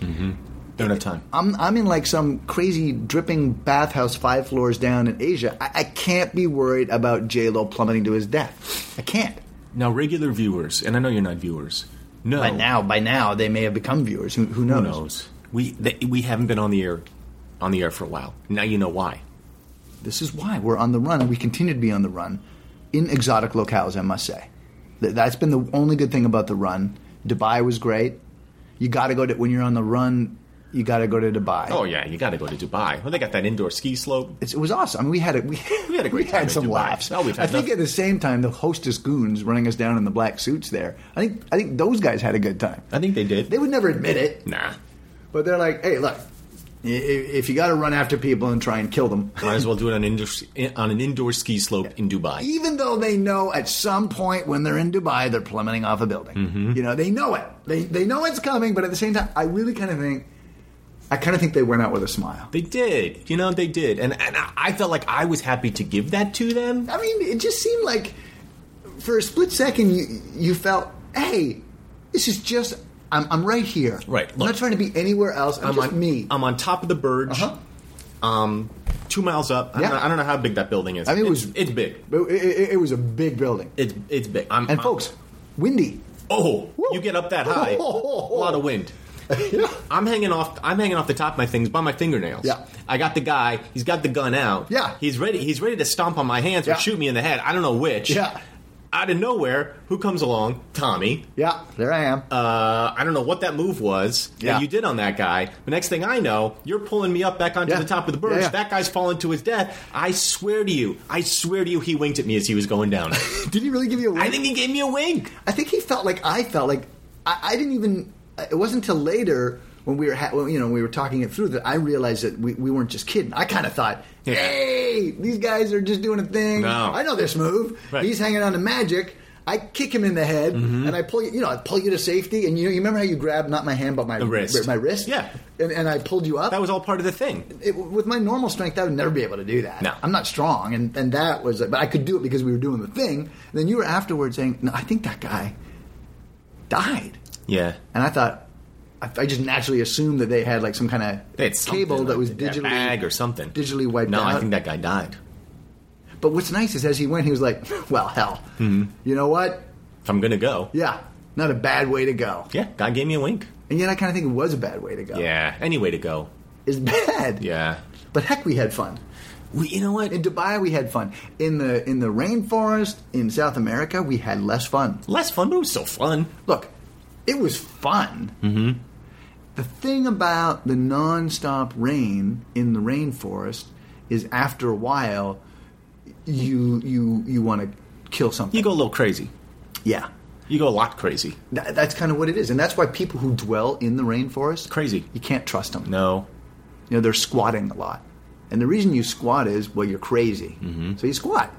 Speaker 2: Don't have time.
Speaker 3: I'm I'm in like some crazy dripping bathhouse five floors down in Asia. I, I can't be worried about J Lo plummeting to his death. I can't.
Speaker 2: Now, regular viewers, and I know you're not viewers. No,
Speaker 3: By now, by now they may have become viewers. Who, who knows?
Speaker 2: who knows? We th- we haven't been on the air, on the air for a while. Now you know why.
Speaker 3: This is why we're on the run, and we continue to be on the run in exotic locales. I must say, Th- that's been the only good thing about the run. Dubai was great. You got to go to when you're on the run. You got to go to Dubai.
Speaker 2: Oh yeah, you got to go to Dubai. Well, they got that indoor ski slope.
Speaker 3: it's, it was awesome. I mean, we had a we,
Speaker 2: We had a great time
Speaker 3: had
Speaker 2: in
Speaker 3: some
Speaker 2: Dubai.
Speaker 3: laughs.
Speaker 2: No, we've
Speaker 3: I
Speaker 2: had
Speaker 3: think
Speaker 2: nothing.
Speaker 3: at the same time, the hostess goons running us down in the black suits there. I think I think those guys had a good time.
Speaker 2: I think they did.
Speaker 3: They would never admit it,
Speaker 2: nah.
Speaker 3: but they're like, "Hey, look, i- i- if you got to run after people and try and kill them."
Speaker 2: Might as well do it on, indoor, eh, on an indoor ski slope in Dubai.
Speaker 3: Even though they know at some point when they're in Dubai, they're plummeting off a building.
Speaker 2: Mm-hmm.
Speaker 3: You know, they know it. They, they know it's coming, but at the same time, I really kind of think, I kind of think they went out with a smile.
Speaker 2: They did, you know, they did, and and I- I felt like I was happy to give that to them.
Speaker 3: I mean, it just seemed like for a split second you you felt, hey, this is just I'm, I'm right here.
Speaker 2: Right,
Speaker 3: I'm not
Speaker 2: look.
Speaker 3: trying to be anywhere else. I'm, just
Speaker 2: on
Speaker 3: me.
Speaker 2: I'm on top of the Burj,
Speaker 3: Uh-huh.
Speaker 2: um, two miles up. I,
Speaker 3: Yeah.
Speaker 2: don't know, I don't know how big that building is.
Speaker 3: I mean, it
Speaker 2: it's,
Speaker 3: was-
Speaker 2: it's big.
Speaker 3: But it, it, it was a big building,
Speaker 2: It's it's big. I'm,
Speaker 3: and
Speaker 2: I'm-
Speaker 3: folks, windy.
Speaker 2: oh,
Speaker 3: Woo.
Speaker 2: you get up that high, a lot of wind. I'm hanging off. I'm hanging off the top of my things by my fingernails.
Speaker 3: Yeah.
Speaker 2: I got the guy. He's got the gun out.
Speaker 3: Yeah.
Speaker 2: He's ready. He's ready to stomp on my hands
Speaker 3: Yeah.
Speaker 2: or shoot me in the head. I don't know which.
Speaker 3: Yeah.
Speaker 2: Out of nowhere, who comes along? Tommy.
Speaker 3: Yeah, there I am.
Speaker 2: uh, I don't know what that move was
Speaker 3: Yeah.
Speaker 2: that you did on that guy. The next thing I know, you're pulling me up back onto
Speaker 3: Yeah.
Speaker 2: the top of the birch.
Speaker 3: Yeah, yeah.
Speaker 2: That guy's fallen to his death. I swear to you, I swear to you, he winked at me as he was going down.
Speaker 3: Did he really give you a wink?
Speaker 2: I think he gave me a wink.
Speaker 3: I think he felt like I felt like I, I didn't even. It wasn't until later when we were ha- when, you know we were talking it through that I realized that we, we weren't just kidding. I kind of thought,
Speaker 2: Yeah.
Speaker 3: hey, these guys are just doing a thing.
Speaker 2: No.
Speaker 3: I know this move.
Speaker 2: Right. Mm-hmm.
Speaker 3: He's hanging on to magic. I kick him in the head and I pull you. You know, I pull you to safety. And you know, you remember how you grabbed not my hand but my
Speaker 2: wrist.
Speaker 3: my wrist.
Speaker 2: Yeah.
Speaker 3: and, and I pulled you up.
Speaker 2: That was all part of the thing.
Speaker 3: It, with my normal strength, I would never be able to do that.
Speaker 2: No.
Speaker 3: I'm not strong, and, and that was. But I could do it because we were doing the thing. And then you were afterwards saying, "No, I think that guy died,"
Speaker 2: Yeah.
Speaker 3: and I thought, I, I just naturally assumed that they had like some kind of
Speaker 2: They had something
Speaker 3: cable that
Speaker 2: like
Speaker 3: was
Speaker 2: in their
Speaker 3: digitally
Speaker 2: bag or something.
Speaker 3: digitally wiped
Speaker 2: no,
Speaker 3: out.
Speaker 2: I think that guy died
Speaker 3: But what's nice is as he went, he was like, "Well, hell,
Speaker 2: Mm-hmm.
Speaker 3: you know what?
Speaker 2: if I'm gonna go
Speaker 3: Yeah, not a bad way to go."
Speaker 2: yeah God gave me a wink
Speaker 3: And yet, I kind of think it was a bad way to go.
Speaker 2: yeah any way to go
Speaker 3: it's bad.
Speaker 2: yeah
Speaker 3: but heck, we had fun.
Speaker 2: we, you know what
Speaker 3: In Dubai, we had fun. In the in the rainforest in South America, we had less fun.
Speaker 2: less fun but it was still fun
Speaker 3: Look, it was fun. Mm-hmm. The thing about the nonstop rain in the rainforest is, after a while, you you you want to kill something.
Speaker 2: you go a little crazy
Speaker 3: yeah,
Speaker 2: you go a lot crazy
Speaker 3: Th- that's kind of what it is, and that's why people who dwell in the rainforest
Speaker 2: Crazy.
Speaker 3: You can't trust them.
Speaker 2: no
Speaker 3: you know they're squatting a lot, and the reason you squat is well you're crazy, mm-hmm. so you squat.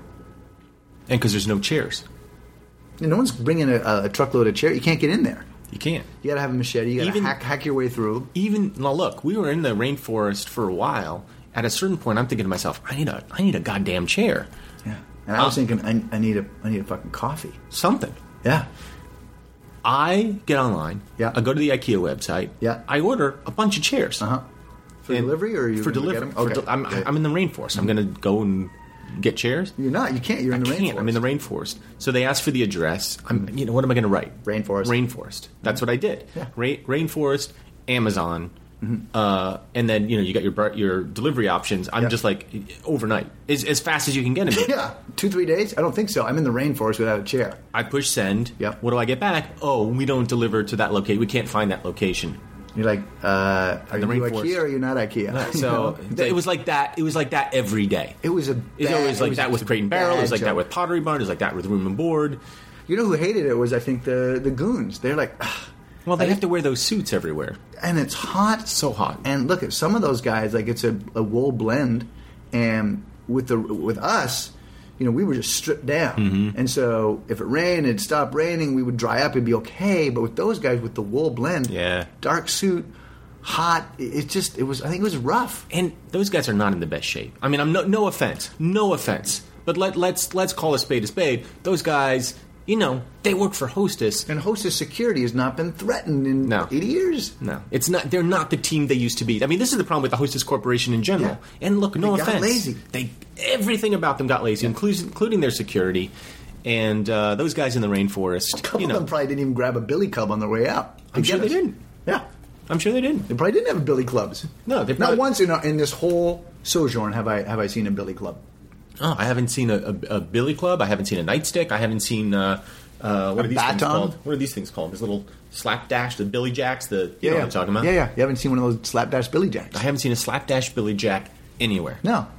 Speaker 2: and because there's no chairs
Speaker 3: You know, no one's bringing a, a truckload of chair. You can't get in there.
Speaker 2: you can't
Speaker 3: You got to have a machete. You got to
Speaker 2: Even-
Speaker 3: hack, hack your way through.
Speaker 2: even now look we were in the rainforest for a while at a certain point i'm thinking to myself i need a i need a goddamn chair
Speaker 3: Yeah. And I was
Speaker 2: Uh,
Speaker 3: thinking, I, I need a, I need a fucking coffee.
Speaker 2: something
Speaker 3: Yeah.
Speaker 2: i get online
Speaker 3: Yeah.
Speaker 2: i go to the ikea website
Speaker 3: Yeah.
Speaker 2: i order a bunch of chairs
Speaker 3: Uh huh. For
Speaker 2: And-
Speaker 3: delivery or are you
Speaker 2: for
Speaker 3: gonna
Speaker 2: delivery
Speaker 3: Get 'em?
Speaker 2: for
Speaker 3: Okay.
Speaker 2: del- I'm,
Speaker 3: Yeah.
Speaker 2: I'm in the rainforest i'm gonna go and get chairs
Speaker 3: You're not. You can't. You're in the
Speaker 2: I can't.
Speaker 3: rainforest. Hmm.
Speaker 2: I'm in the rainforest. So they asked for the address. I'm, you know, what am I going to write?
Speaker 3: Rainforest.
Speaker 2: Rainforest. That's what I did.
Speaker 3: Yeah. Mm-hmm.
Speaker 2: Ra- rainforest, Amazon, uh, and then you know you got your bar- your delivery options. I'm
Speaker 3: Yeah.
Speaker 2: just like overnight, as, as fast as you can get them.
Speaker 3: Yeah. Two three days? I don't think so. I'm in the rainforest without a chair.
Speaker 2: I push send.
Speaker 3: Yep.
Speaker 2: What do I get back? Oh, we don't deliver to that location. We can't find that location.
Speaker 3: You're like, uh, are you
Speaker 2: the rainforest.
Speaker 3: IKEA or are you not IKEA? You know?
Speaker 2: So th- it was like that. It was like that every day.
Speaker 3: It was a
Speaker 2: It was
Speaker 3: bad-
Speaker 2: always
Speaker 3: it
Speaker 2: like
Speaker 3: was
Speaker 2: that
Speaker 3: a
Speaker 2: with Crate and Barrel. It was
Speaker 3: bad
Speaker 2: like that
Speaker 3: joke.
Speaker 2: with Pottery Barn. It was like that with Room and Board.
Speaker 3: You know who hated it was I think the the goons. They're like, "Ugh."
Speaker 2: Well, they have to wear those suits everywhere.
Speaker 3: and it's hot,
Speaker 2: So hot.
Speaker 3: And look at some of those guys; like it's a, a wool blend, and with the with us, you know, we were just stripped down.
Speaker 2: Mm-hmm.
Speaker 3: And so if it rained, it'd stop raining. We would dry up; it'd be okay. But with those guys with the wool blend,
Speaker 2: Yeah.
Speaker 3: dark suit, hot. It, it just it was. I think it was rough.
Speaker 2: and those guys are not in the best shape. I mean, I'm no, no offense, no offense, but let let's let's call a spade a spade. Those guys, you know, they work for Hostess.
Speaker 3: And hostess security has not been threatened in
Speaker 2: No.
Speaker 3: eighty years.
Speaker 2: No, it's not. They're not the team they used to be. I mean, this is the problem with the Hostess Corporation in general.
Speaker 3: Yeah.
Speaker 2: And look, no
Speaker 3: They got
Speaker 2: offense,
Speaker 3: lazy.
Speaker 2: They everything about them got lazy, including including their security. And uh, those guys in the rainforest,
Speaker 3: A couple
Speaker 2: you know,
Speaker 3: of them probably didn't even grab a billy club on their way out. to
Speaker 2: I'm sure
Speaker 3: get
Speaker 2: they
Speaker 3: us.
Speaker 2: didn't.
Speaker 3: Yeah.
Speaker 2: I'm sure they didn't.
Speaker 3: They probably didn't have billy clubs.
Speaker 2: No, they
Speaker 3: not
Speaker 2: probably-
Speaker 3: once in, our, in this whole sojourn have I have I seen a billy club.
Speaker 2: Oh, I haven't seen a, a, a billy club. I haven't seen a nightstick. I haven't seen uh, uh, what
Speaker 3: A
Speaker 2: are these things
Speaker 3: baton?
Speaker 2: called? What are these things called? These little slapdash, the billy jacks, the you know what I'm talking about?
Speaker 3: Yeah, yeah. You haven't seen one of those slapdash billy jacks.
Speaker 2: I haven't seen a slapdash billy jack anywhere.
Speaker 3: No.
Speaker 2: a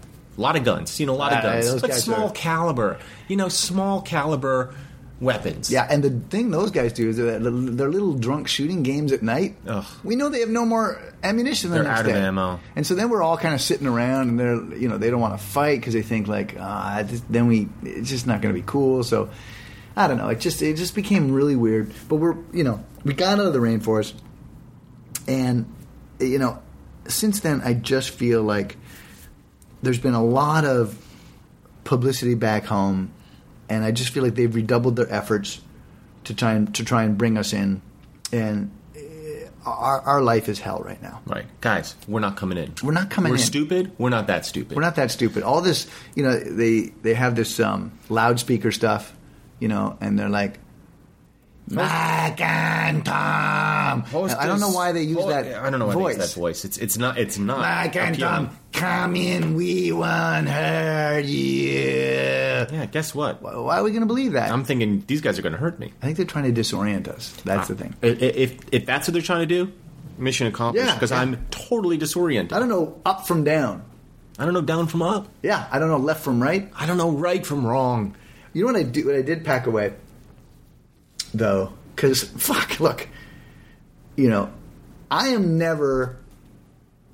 Speaker 2: lot of guns. Seen a lot of
Speaker 3: Uh,
Speaker 2: guns,
Speaker 3: those
Speaker 2: but
Speaker 3: guys
Speaker 2: small
Speaker 3: are-
Speaker 2: caliber. You know, small caliber weapons.
Speaker 3: Yeah, and the thing those guys do is their, their little drunk shooting games at night.
Speaker 2: Ugh.
Speaker 3: We know they have no more ammunition. The
Speaker 2: They're
Speaker 3: next
Speaker 2: out of
Speaker 3: day.
Speaker 2: ammo.
Speaker 3: and so then we're all kind of sitting around, and they're you know they don't want to fight because they think like ah this, then we it's just not going to be cool. So I don't know. It just it just became really weird. But we're you know we got out of the rainforest, and you know since then I just feel like there's been a lot of publicity back home, and I just feel like they've redoubled their efforts to try and to try and bring us in, and uh, our our life is hell right now.
Speaker 2: right, guys, we're not coming in.
Speaker 3: We're not coming
Speaker 2: We're
Speaker 3: in.
Speaker 2: stupid. We're not that stupid.
Speaker 3: We're not that stupid. All this, you know, they they have this um, loudspeaker stuff, you know, and they're like. Mike and Tom. And I don't know why they use
Speaker 2: Hostess-
Speaker 3: that.
Speaker 2: I don't know why
Speaker 3: voice.
Speaker 2: they use that voice. It's it's not it's not.
Speaker 3: Mike and
Speaker 2: appealing.
Speaker 3: Tom, come in. We want hurt you.
Speaker 2: Yeah, guess what?
Speaker 3: Why are we going to believe that?
Speaker 2: I'm thinking these guys are going to hurt me.
Speaker 3: I think they're trying to disorient us. That's the thing.
Speaker 2: I- i- If if that's what they're trying to do, mission accomplished.
Speaker 3: Yeah,
Speaker 2: Because
Speaker 3: yeah.
Speaker 2: I'm totally disoriented.
Speaker 3: I don't know up from down.
Speaker 2: I don't know down from up.
Speaker 3: Yeah, I don't know left from right.
Speaker 2: I don't know right from wrong.
Speaker 3: You know what I do? What I did pack away, though, because fuck, look, you know, I am never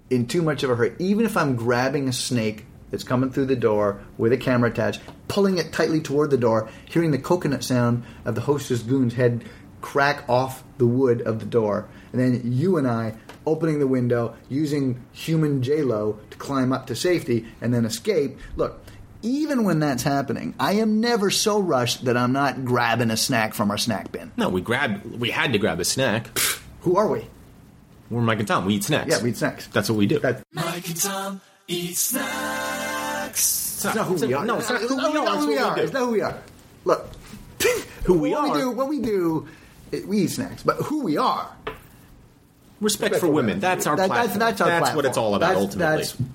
Speaker 3: in too much of a hurry. Even if I'm grabbing a snake that's coming through the door with a camera attached, pulling it tightly toward the door, hearing the coconut sound of the hostess goon's head crack off the wood of the door, and then you and I opening the window, using human J-Lo to climb up to safety and then escape. Look, even when that's happening, I am never so rushed that I'm not grabbing a snack from our snack bin.
Speaker 2: No, we grabbed. We had to grab a snack.
Speaker 3: Who are we?
Speaker 2: We're Mike and Tom. We eat snacks.
Speaker 3: Yeah, we eat snacks.
Speaker 2: That's what we do.
Speaker 3: That-
Speaker 4: Mike and Tom eat snacks.
Speaker 2: it's not
Speaker 3: who we are.
Speaker 2: No, it's not who we are.
Speaker 3: Not
Speaker 2: It's
Speaker 3: who we
Speaker 2: what
Speaker 3: are.
Speaker 2: we
Speaker 3: It's
Speaker 2: do.
Speaker 3: not who we are. Look,
Speaker 2: Who we
Speaker 3: what
Speaker 2: are.
Speaker 3: We do, what we do, it- we eat snacks. But who we are?
Speaker 2: Respect for women. That's our
Speaker 3: That-
Speaker 2: platform.
Speaker 3: That's, that's our
Speaker 2: what
Speaker 3: platform.
Speaker 2: it's all about
Speaker 3: That's-
Speaker 2: ultimately.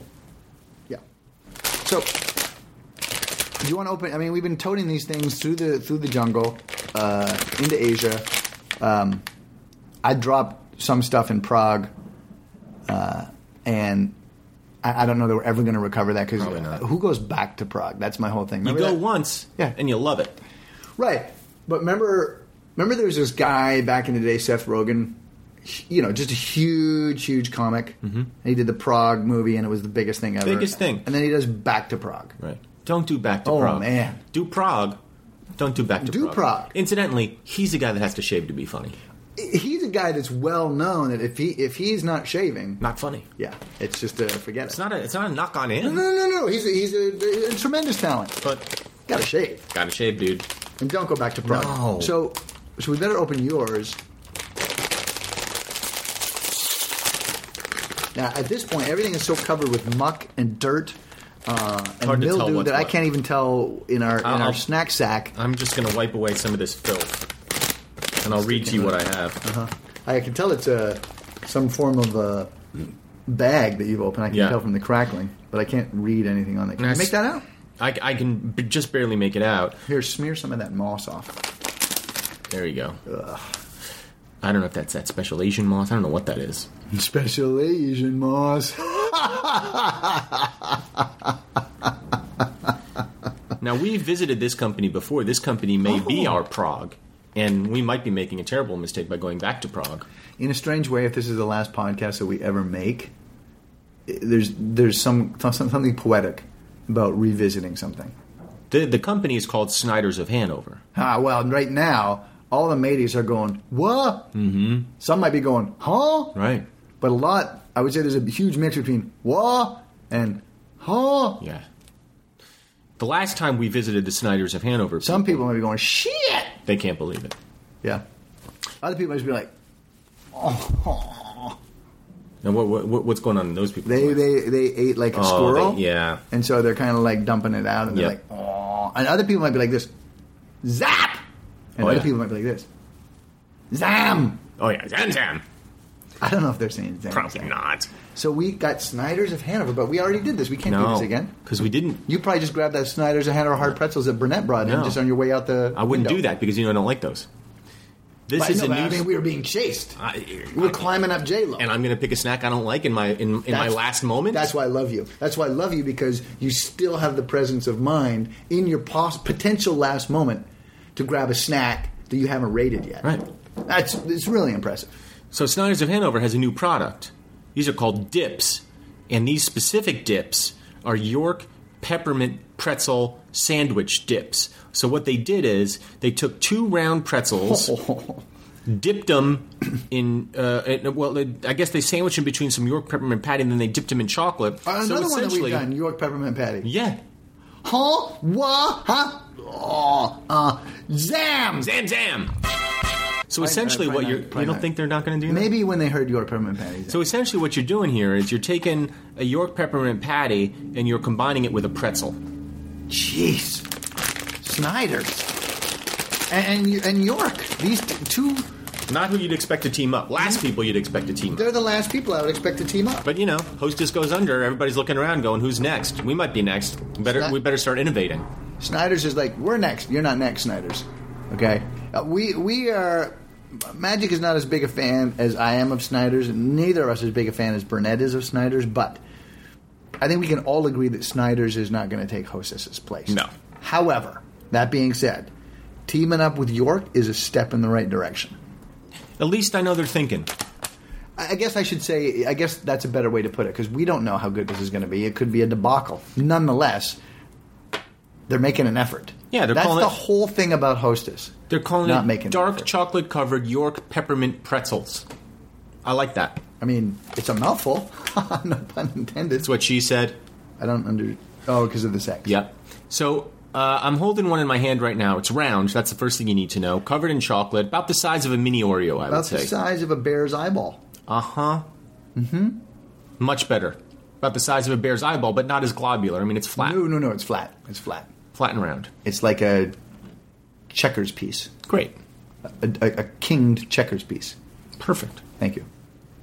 Speaker 3: that's- yeah. So, do you want to open? I mean, we've been toting these things through the through the jungle, uh, into Asia. Um, I dropped some stuff in Prague, uh, and I, I don't know that we're ever going to recover that because
Speaker 2: Probably not.
Speaker 3: who goes back to Prague? That's my whole thing.
Speaker 2: you
Speaker 3: Remember
Speaker 2: go
Speaker 3: that?
Speaker 2: once
Speaker 3: Yeah.
Speaker 2: and you love it.
Speaker 3: Right. But remember, remember there was this guy back in the day, Seth Rogen, h- you know, just a huge, huge comic. Mm-hmm. And he did the Prague movie, and it was the biggest thing ever.
Speaker 2: Biggest thing.
Speaker 3: And then he does Back to Prague.
Speaker 2: Right. Don't do back to
Speaker 3: Oh,
Speaker 2: Prague.
Speaker 3: man.
Speaker 2: Do Prague. Don't do back to
Speaker 3: Do
Speaker 2: Prague.
Speaker 3: Prague.
Speaker 2: Incidentally, he's the guy that has to shave to be funny.
Speaker 3: He's a guy that's well known that if he if he's not shaving,
Speaker 2: Not funny.
Speaker 3: yeah, it's just a forget
Speaker 2: It's
Speaker 3: it.
Speaker 2: not a it's not a knock on him.
Speaker 3: no, no, no, no. He's a, he's a, a tremendous talent.
Speaker 2: But
Speaker 3: Got to shave
Speaker 2: gotta shave, dude.
Speaker 3: and don't go back to Prague.
Speaker 2: No.
Speaker 3: So, so we better open yours. Now, at this point, everything is so covered with muck and dirt uh, and
Speaker 2: Hard to tell
Speaker 3: mildew
Speaker 2: what's
Speaker 3: that I
Speaker 2: what.
Speaker 3: can't even tell in our in
Speaker 2: I'll-
Speaker 3: our snack sack.
Speaker 2: I'm just gonna wipe away some of this filth. And I'll read to you what I have.
Speaker 3: Uh-huh. I can tell it's uh, some form of a bag that you've opened. I can
Speaker 2: Yeah.
Speaker 3: tell from the crackling, but I can't read anything on it. Can you
Speaker 2: Nice.
Speaker 3: make that out?
Speaker 2: I, I can b- just barely make it out.
Speaker 3: Here, smear some of that moss off.
Speaker 2: There you go. I don't know if that's that special Asian moss. I don't know what that is.
Speaker 3: Special Asian moss.
Speaker 2: Now we visited this company before. This company may be
Speaker 3: Oh.
Speaker 2: our Prague, and we might be making a terrible mistake by going back to Prague.
Speaker 3: in a strange way, if this is the last podcast that we ever make, i- there's there's some, some something poetic about revisiting something.
Speaker 2: The the company is called Snyder's of Hanover.
Speaker 3: Ah, well, right now all the mateys are going what? Mm-hmm. Some might be going huh,
Speaker 2: Right.
Speaker 3: But a lot, I would say, there's a huge mix between what and huh.
Speaker 2: Yeah. The last time we visited the Snyder's of Hanover,
Speaker 3: Some people might be going shit.
Speaker 2: they can't believe it.
Speaker 3: Yeah. Other people might just be like
Speaker 2: Now what, what what's going on in those people?
Speaker 3: they they they ate like a
Speaker 2: Oh,
Speaker 3: squirrel.
Speaker 2: they- yeah.
Speaker 3: And so they're kind of like dumping it out, and they're
Speaker 2: Yep.
Speaker 3: like oh. And other people might be like this, zap. And
Speaker 2: Oh,
Speaker 3: other
Speaker 2: yeah.
Speaker 3: people might be like this, zam.
Speaker 2: Oh yeah, Zam Zam.
Speaker 3: I don't know if they're saying zam.
Speaker 2: Probably not.
Speaker 3: So we got Snyder's of Hanover, but we already did this. We can't do
Speaker 2: No,
Speaker 3: this again.
Speaker 2: because we didn't.
Speaker 3: You probably just grabbed that Snyder's of Hanover hard pretzels that Burnett brought in
Speaker 2: No.
Speaker 3: just on your way out the.
Speaker 2: I wouldn't do
Speaker 3: window.
Speaker 2: that because you know I don't like those. This
Speaker 3: But
Speaker 2: is
Speaker 3: I,
Speaker 2: a
Speaker 3: know,
Speaker 2: new.
Speaker 3: but I mean, we were being chased.
Speaker 2: I-
Speaker 3: we were climbing up J Lo.
Speaker 2: and I'm going to pick a snack I don't like in my in, in my
Speaker 3: That's-
Speaker 2: last moment.
Speaker 3: That's why I love you. That's why I love you because you still have the presence of mind in your pos- potential last moment to grab a snack that you haven't rated yet.
Speaker 2: Right.
Speaker 3: That's it's really impressive.
Speaker 2: So Snyder's of Hanover has a new product. These are called dips, and these specific dips are York peppermint pretzel sandwich dips. So what they did is they took two round pretzels, dipped them in. Uh, in- well, I guess they sandwiched them between some York peppermint patty, and then they dipped them in chocolate.
Speaker 3: Uh, Another
Speaker 2: so
Speaker 3: one that we've
Speaker 2: essentially,
Speaker 3: done, York peppermint patty.
Speaker 2: yeah,
Speaker 3: Huh? Wha? Huh? Oh, uh, zam!
Speaker 2: zam zam. So
Speaker 3: Why-
Speaker 2: essentially,
Speaker 3: why
Speaker 2: what
Speaker 3: not?
Speaker 2: you're
Speaker 3: Why
Speaker 2: you don't
Speaker 3: not?
Speaker 2: think they're not going to do that?
Speaker 3: Maybe when they heard York peppermint patty.
Speaker 2: So essentially, what you're doing here is you're taking a York peppermint patty and you're combining it with a pretzel.
Speaker 3: Jeez, Snyder's and and, you- and York. These t- two,
Speaker 2: Not who you'd expect to team up. Last people you'd expect to team up.
Speaker 3: they're the last people I would expect to team up.
Speaker 2: But you know, hostess goes under. Everybody's looking around, going, "Who's next? We might be next. Better,
Speaker 3: Not-
Speaker 2: we better start innovating."
Speaker 3: Snyder's is like, we're next. You're not next, Snyder's. Okay, uh, we we are. Magic is not as big a fan as I am of Snyder's. and Neither of us is as big a fan as Burnett is of Snyder's. But I think we can all agree that Snyder's is not going to take Hostess's place.
Speaker 2: No.
Speaker 3: However, that being said, teaming up with York is a step in the right direction.
Speaker 2: At least I know they're thinking.
Speaker 3: I I guess I should say. I guess that's a better way to put it because we don't know how good this is going to be. It could be a debacle. Nonetheless, they're making an effort.
Speaker 2: Yeah, they're
Speaker 3: that's
Speaker 2: calling
Speaker 3: the
Speaker 2: it-
Speaker 3: whole thing about Hostess.
Speaker 2: They're calling
Speaker 3: not
Speaker 2: it
Speaker 3: making an
Speaker 2: dark
Speaker 3: effort.
Speaker 2: chocolate covered York peppermint pretzels. I like that.
Speaker 3: I mean, it's a mouthful. no pun intended.
Speaker 2: That's what she said.
Speaker 3: I don't under. Oh, because of the sex.
Speaker 2: Yep. So uh, I'm holding one in my hand right now. It's round. That's the first thing you need to know. Covered in chocolate, about the size of a mini Oreo, I would
Speaker 3: About
Speaker 2: say.
Speaker 3: the size of a bear's eyeball.
Speaker 2: Uh huh. Mm hmm. Much better. About the size of a bear's eyeball, but not as globular. I mean, it's flat,
Speaker 3: No, no, no. It's flat. It's flat.
Speaker 2: flat and round.
Speaker 3: It's like a checkers piece,
Speaker 2: Great.
Speaker 3: a, a, a kinged checkers piece.
Speaker 2: Perfect.
Speaker 3: Thank you.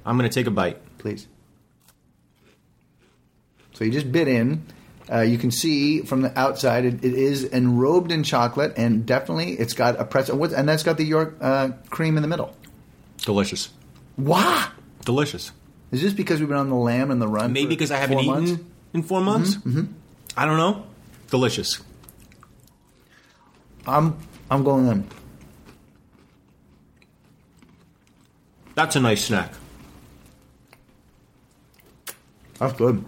Speaker 2: I'm going to take a bite.
Speaker 3: please. So you just bit in. Uh, you can see from the outside it, it is enrobed in chocolate, and definitely it's got a pretzel. What, and that's got the York uh, cream in the middle.
Speaker 2: Delicious.
Speaker 3: Wah!
Speaker 2: Delicious.
Speaker 3: Is this because we've been on the lamb and the run?
Speaker 2: Maybe
Speaker 3: for
Speaker 2: because I haven't
Speaker 3: four
Speaker 2: eaten
Speaker 3: months? Mm-hmm,
Speaker 2: in four months. I don't know. Delicious.
Speaker 3: I'm I'm going in.
Speaker 2: That's a nice snack.
Speaker 3: That's good.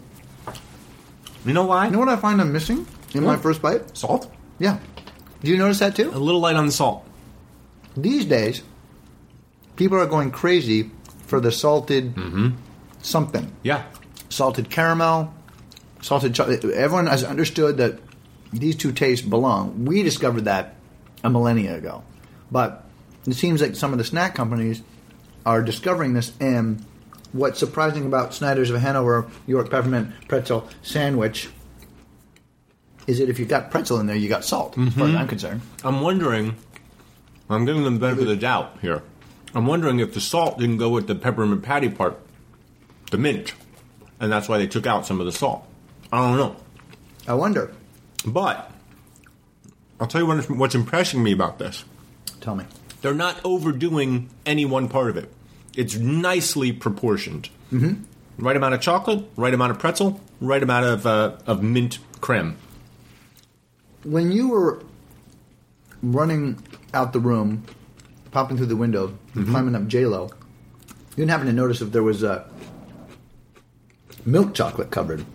Speaker 2: You know why?
Speaker 3: You know what I find I'm missing in my
Speaker 2: What?
Speaker 3: first bite?
Speaker 2: Salt.
Speaker 3: Yeah. Do you notice that
Speaker 2: A
Speaker 3: too?
Speaker 2: little light on the salt.
Speaker 3: These days, people are going crazy for the salted
Speaker 2: Mm-hmm.
Speaker 3: something.
Speaker 2: Yeah.
Speaker 3: salted caramel, salted chocolate. Everyone has understood that these two tastes belong. We discovered that a millennia ago, but it seems like some of the snack companies are discovering this. And what's surprising about Snyder's of Hanover York Peppermint Pretzel Sandwich is that if you've got pretzel in there, you got salt. As far as I'm concerned,
Speaker 2: I'm wondering. I'm giving them the benefit of the doubt here. I'm wondering if the salt didn't go with the peppermint patty part, the mint, and that's why they took out some of the salt. I don't know.
Speaker 3: I wonder.
Speaker 2: But I'll tell you what is, what's impressing me about this.
Speaker 3: Tell me.
Speaker 2: They're not overdoing any one part of it. It's nicely proportioned. Mm-hmm. Right amount of chocolate, right amount of pretzel, right amount of uh, of mint creme.
Speaker 3: when you were running out the room, popping through the window, and climbing up J Lo, you didn't happen to notice if there was a milk chocolate covered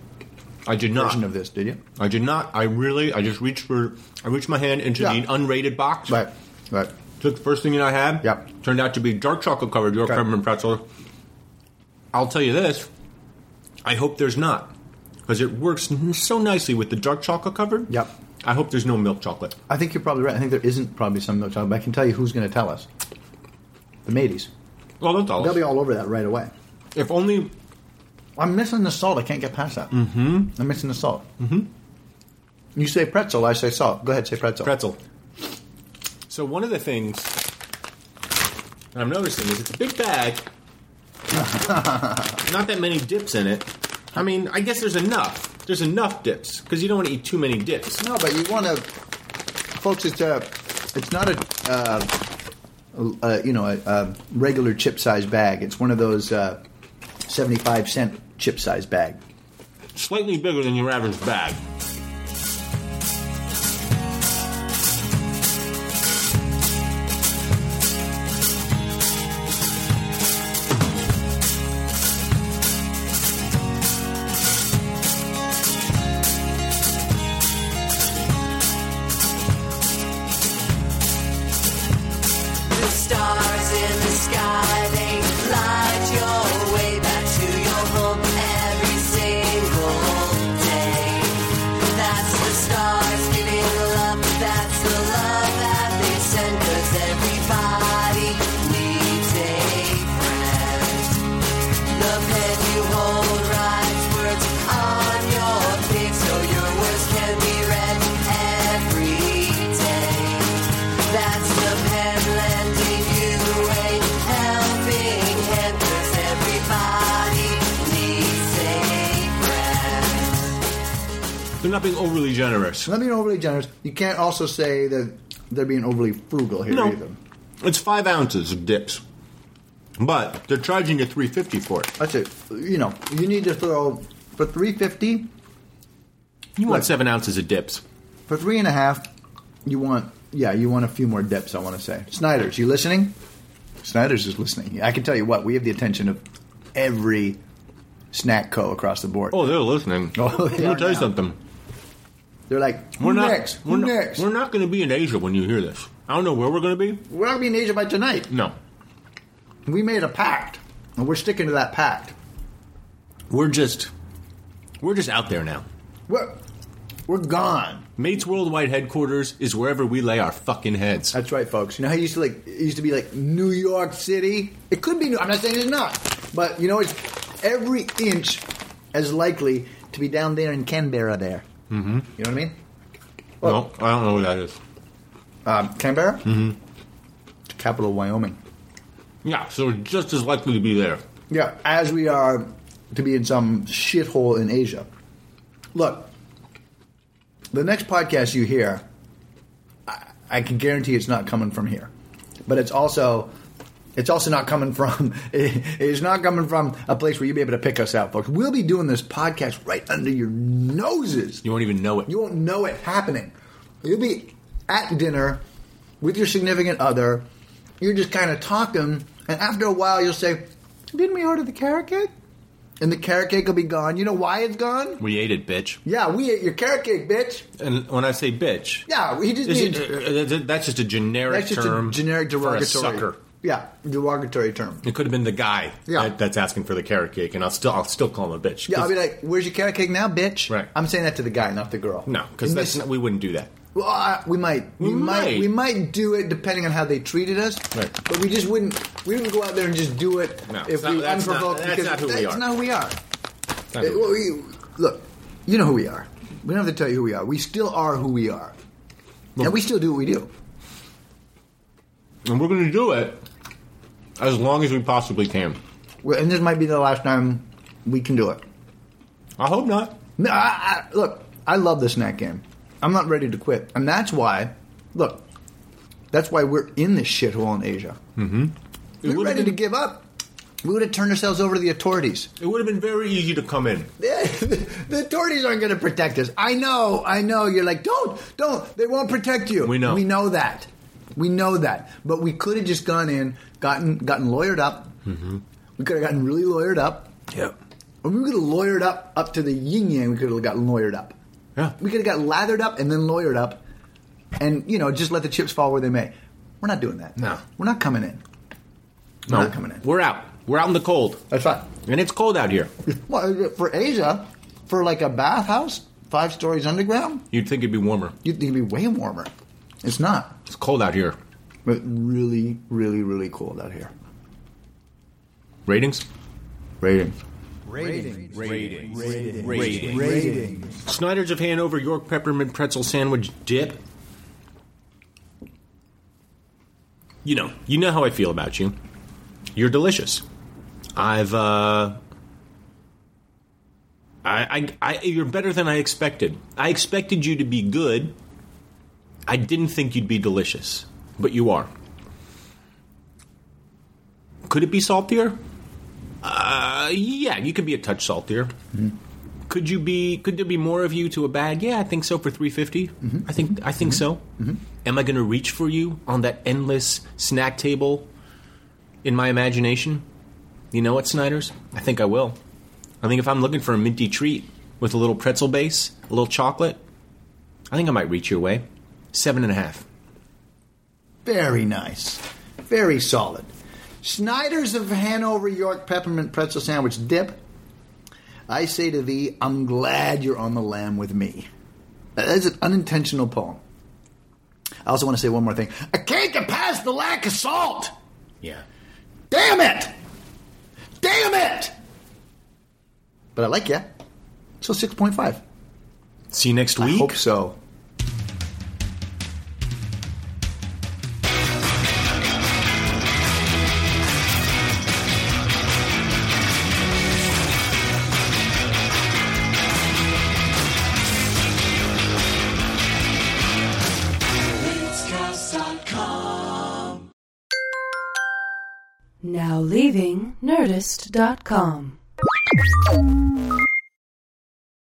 Speaker 2: I did not.
Speaker 3: version of this, did you?
Speaker 2: I did not. I really. I just reached for. I reached my hand into
Speaker 3: Yeah.
Speaker 2: the unrated box.
Speaker 3: Right, right.
Speaker 2: Took the first thing that I had.
Speaker 3: Yep.
Speaker 2: Turned out to be dark chocolate covered York
Speaker 3: Okay.
Speaker 2: peppermint pretzel. I'll tell you this. I hope there's not, because it works so nicely with the dark chocolate covered.
Speaker 3: Yep.
Speaker 2: I hope there's no milk chocolate.
Speaker 3: I think you're probably right. I think there isn't probably some milk chocolate, but I can tell you who's going to tell us. The mateys.
Speaker 2: Well, that's all.
Speaker 3: They'll be all over that right away.
Speaker 2: If only
Speaker 3: I'm missing the salt. I can't get past that. Mm-hmm. I'm missing the salt. Mm-hmm. You say pretzel, I say salt. Go ahead, say pretzel.
Speaker 2: pretzel. So one of the things that I'm noticing is it's a big bag. Not that many dips in it. I mean, I guess there's enough. There's enough dips because you don't want to eat too many dips.
Speaker 3: No, but you want to, folks. It's a, it's not a, uh, uh, you know, a, a regular chip size bag. It's one of those uh, seventy-five cent chip size bag.
Speaker 2: Slightly bigger than your average bag.
Speaker 5: The stars in the sky, they light your way back to your home every single day. That's the stars giving love, that's the love that they send, 'cause everybody needs a friend. The pen you hold writes words on your page, so your words can be read every day. That's the pen lending you a helping hand, 'cause everybody needs a friend.
Speaker 2: They're not being overly generous.
Speaker 3: Not being overly generous. You can't also say that they're being overly frugal here
Speaker 2: No,
Speaker 3: either.
Speaker 2: it's five ounces of dips, but they're charging you three fifty for it.
Speaker 3: That's it. You know, you need to throw for three fifty,
Speaker 2: You want
Speaker 3: Look.
Speaker 2: seven ounces of dips.
Speaker 3: for three and a half. You want, yeah, you want a few more dips. I want to say, Snyder's, you listening? Snyder's is listening. I can tell you what, we have the attention of every snack co across the board.
Speaker 2: Oh, they're listening.
Speaker 3: Oh, they
Speaker 2: Let me
Speaker 3: are
Speaker 2: tell you
Speaker 3: now.
Speaker 2: something.
Speaker 3: They're like, who
Speaker 2: We're not.
Speaker 3: next?
Speaker 2: We're
Speaker 3: who
Speaker 2: not,
Speaker 3: next?
Speaker 2: We're not going to be in Asia when you hear this. I don't know where we're going to be.
Speaker 3: We're not going to be in Asia by tonight.
Speaker 2: No,
Speaker 3: We made a pact, and we're sticking to that pact.
Speaker 2: we're just we're just out there now.
Speaker 3: We're, we're gone.
Speaker 2: Mates Worldwide headquarters is wherever we lay our fucking heads.
Speaker 3: That's right, folks. You know how it used to like it used to be like New York City. It could be. New- I'm not saying it's not. But you know, it's every inch as likely to be down there in Canberra there. Mm-hmm. You know what I mean?
Speaker 2: No, I don't know what that is.
Speaker 3: Um, Canberra? Mm-hmm. Capital of Wyoming.
Speaker 2: Yeah, so we're just as likely to be there.
Speaker 3: Yeah, as we are to be in some shithole in Asia. Look, the next podcast you hear, I, I can guarantee it's not coming from here, but it's also it's also not coming from it is not coming from a place where you'll be able to pick us out, folks. We'll be doing this podcast right under your noses.
Speaker 2: You won't even know it.
Speaker 3: You won't know it happening. You'll be at dinner with your significant other. You're just kind of talking, and after a while, you'll say, "Didn't we order the carrot cake?" And the carrot cake will be gone. You know why it's gone?
Speaker 2: we ate it, bitch.
Speaker 3: Yeah, we ate your carrot cake, bitch.
Speaker 2: And when I say bitch,
Speaker 3: Yeah, he just
Speaker 2: this
Speaker 3: means
Speaker 2: is- uh, that's just a generic
Speaker 3: that's just
Speaker 2: term.
Speaker 3: a generic
Speaker 2: for a
Speaker 3: derogatory
Speaker 2: sucker.
Speaker 3: Yeah, derogatory term.
Speaker 2: It could have been the guy
Speaker 3: Yeah.
Speaker 2: that, that's asking for the carrot cake, and I'll still I'll still call him a bitch.
Speaker 3: Yeah, I'll
Speaker 2: 'Cause-
Speaker 3: be like, "Where's your carrot cake now, bitch?"
Speaker 2: Right.
Speaker 3: I'm saying that to the guy, not the girl.
Speaker 2: no, because
Speaker 3: And
Speaker 2: that's
Speaker 3: this-
Speaker 2: not, we wouldn't do that.
Speaker 3: Well, uh, we might, we,
Speaker 2: We
Speaker 3: might.
Speaker 2: might.
Speaker 3: we might do it depending on how they treated us.
Speaker 2: Right.
Speaker 3: But we just wouldn't, we wouldn't go out there and just do it
Speaker 2: No,
Speaker 3: if
Speaker 2: it's not-
Speaker 3: we
Speaker 2: that's not-
Speaker 3: unprovoked.
Speaker 2: that's
Speaker 3: because
Speaker 2: not who we
Speaker 3: that's
Speaker 2: are.
Speaker 3: not who we are.
Speaker 2: Not
Speaker 3: Uh, well, we- look, you know who we are. We don't have to tell you who we are. We still are who we are, and we still do what we do.
Speaker 2: and we're going to do it as long as we possibly can.
Speaker 3: Well, and this might be the last time we can do it.
Speaker 2: I hope not.
Speaker 3: No, I, I, look, I love the snack game. I'm not ready to quit, and that's why. Look, that's why we're in this shithole in Asia.
Speaker 2: Hmm. It
Speaker 3: We're
Speaker 2: would have
Speaker 3: ready to
Speaker 2: been,
Speaker 3: give up. We would have turned ourselves over to the authorities.
Speaker 2: It would have been very easy to come in.
Speaker 3: the, authorities aren't going to protect us. I know, I know. You're like, don't, don't. They won't protect you.
Speaker 2: We know.
Speaker 3: We know that. We know that. But we could have just gone in, gotten, gotten lawyered up. We could have gotten really lawyered up.
Speaker 2: Yep.
Speaker 3: Or we could have lawyered up up to the yin yang. We could have gotten lawyered up.
Speaker 2: Yeah.
Speaker 3: We could have got lathered up and then lawyered up, and you know just let the chips fall where they may. We're not doing that.
Speaker 2: No.
Speaker 3: we're not coming in.
Speaker 2: No,
Speaker 3: We're not coming in.
Speaker 2: We're out. We're out in the cold,
Speaker 3: That's right.
Speaker 2: and it's cold out here.
Speaker 3: Well, uh, for Asia, for like a bathhouse five stories underground,
Speaker 2: You'd think it'd be warmer.
Speaker 3: you'd think it'd be way warmer. It's not.
Speaker 2: It's cold out here.
Speaker 3: But really, really, really cold out here.
Speaker 2: Ratings.
Speaker 3: Ratings.
Speaker 2: Ratings. Ratings. Ratings. Snyder's of Hanover York peppermint pretzel sandwich dip. You know, you know how I feel about you. You're delicious. I've uh I, I, I you're better than I expected. I expected you to be good. I didn't think you'd be delicious, but you are. Could it be saltier? Uh, yeah, you could be a touch saltier.
Speaker 3: Mm-hmm.
Speaker 2: Could you be? Could there be more of you to a bag? Yeah, I think so. For three
Speaker 3: Mm-hmm.
Speaker 2: I think I think so. Am I going to reach for you on that endless snack table in my imagination? You know what, Snyder's? I think I will. I think if I'm looking for a minty treat with a little pretzel base, a little chocolate, I think I might reach your way. Seven and a half.
Speaker 3: Very nice. Very solid. Snyder's of Hanover York Peppermint Pretzel Sandwich Dip. I say to thee, I'm glad you're on the lamb with me. That is an unintentional poem. I also want to say one more thing. I can't get past the lack of salt!
Speaker 2: Yeah.
Speaker 3: Damn it! Damn it! But I like ya. So 6.5.
Speaker 2: See you next
Speaker 3: I
Speaker 2: week.
Speaker 3: hope so.
Speaker 4: Nerdist.com.
Speaker 1: Now leaving Nerdist.com.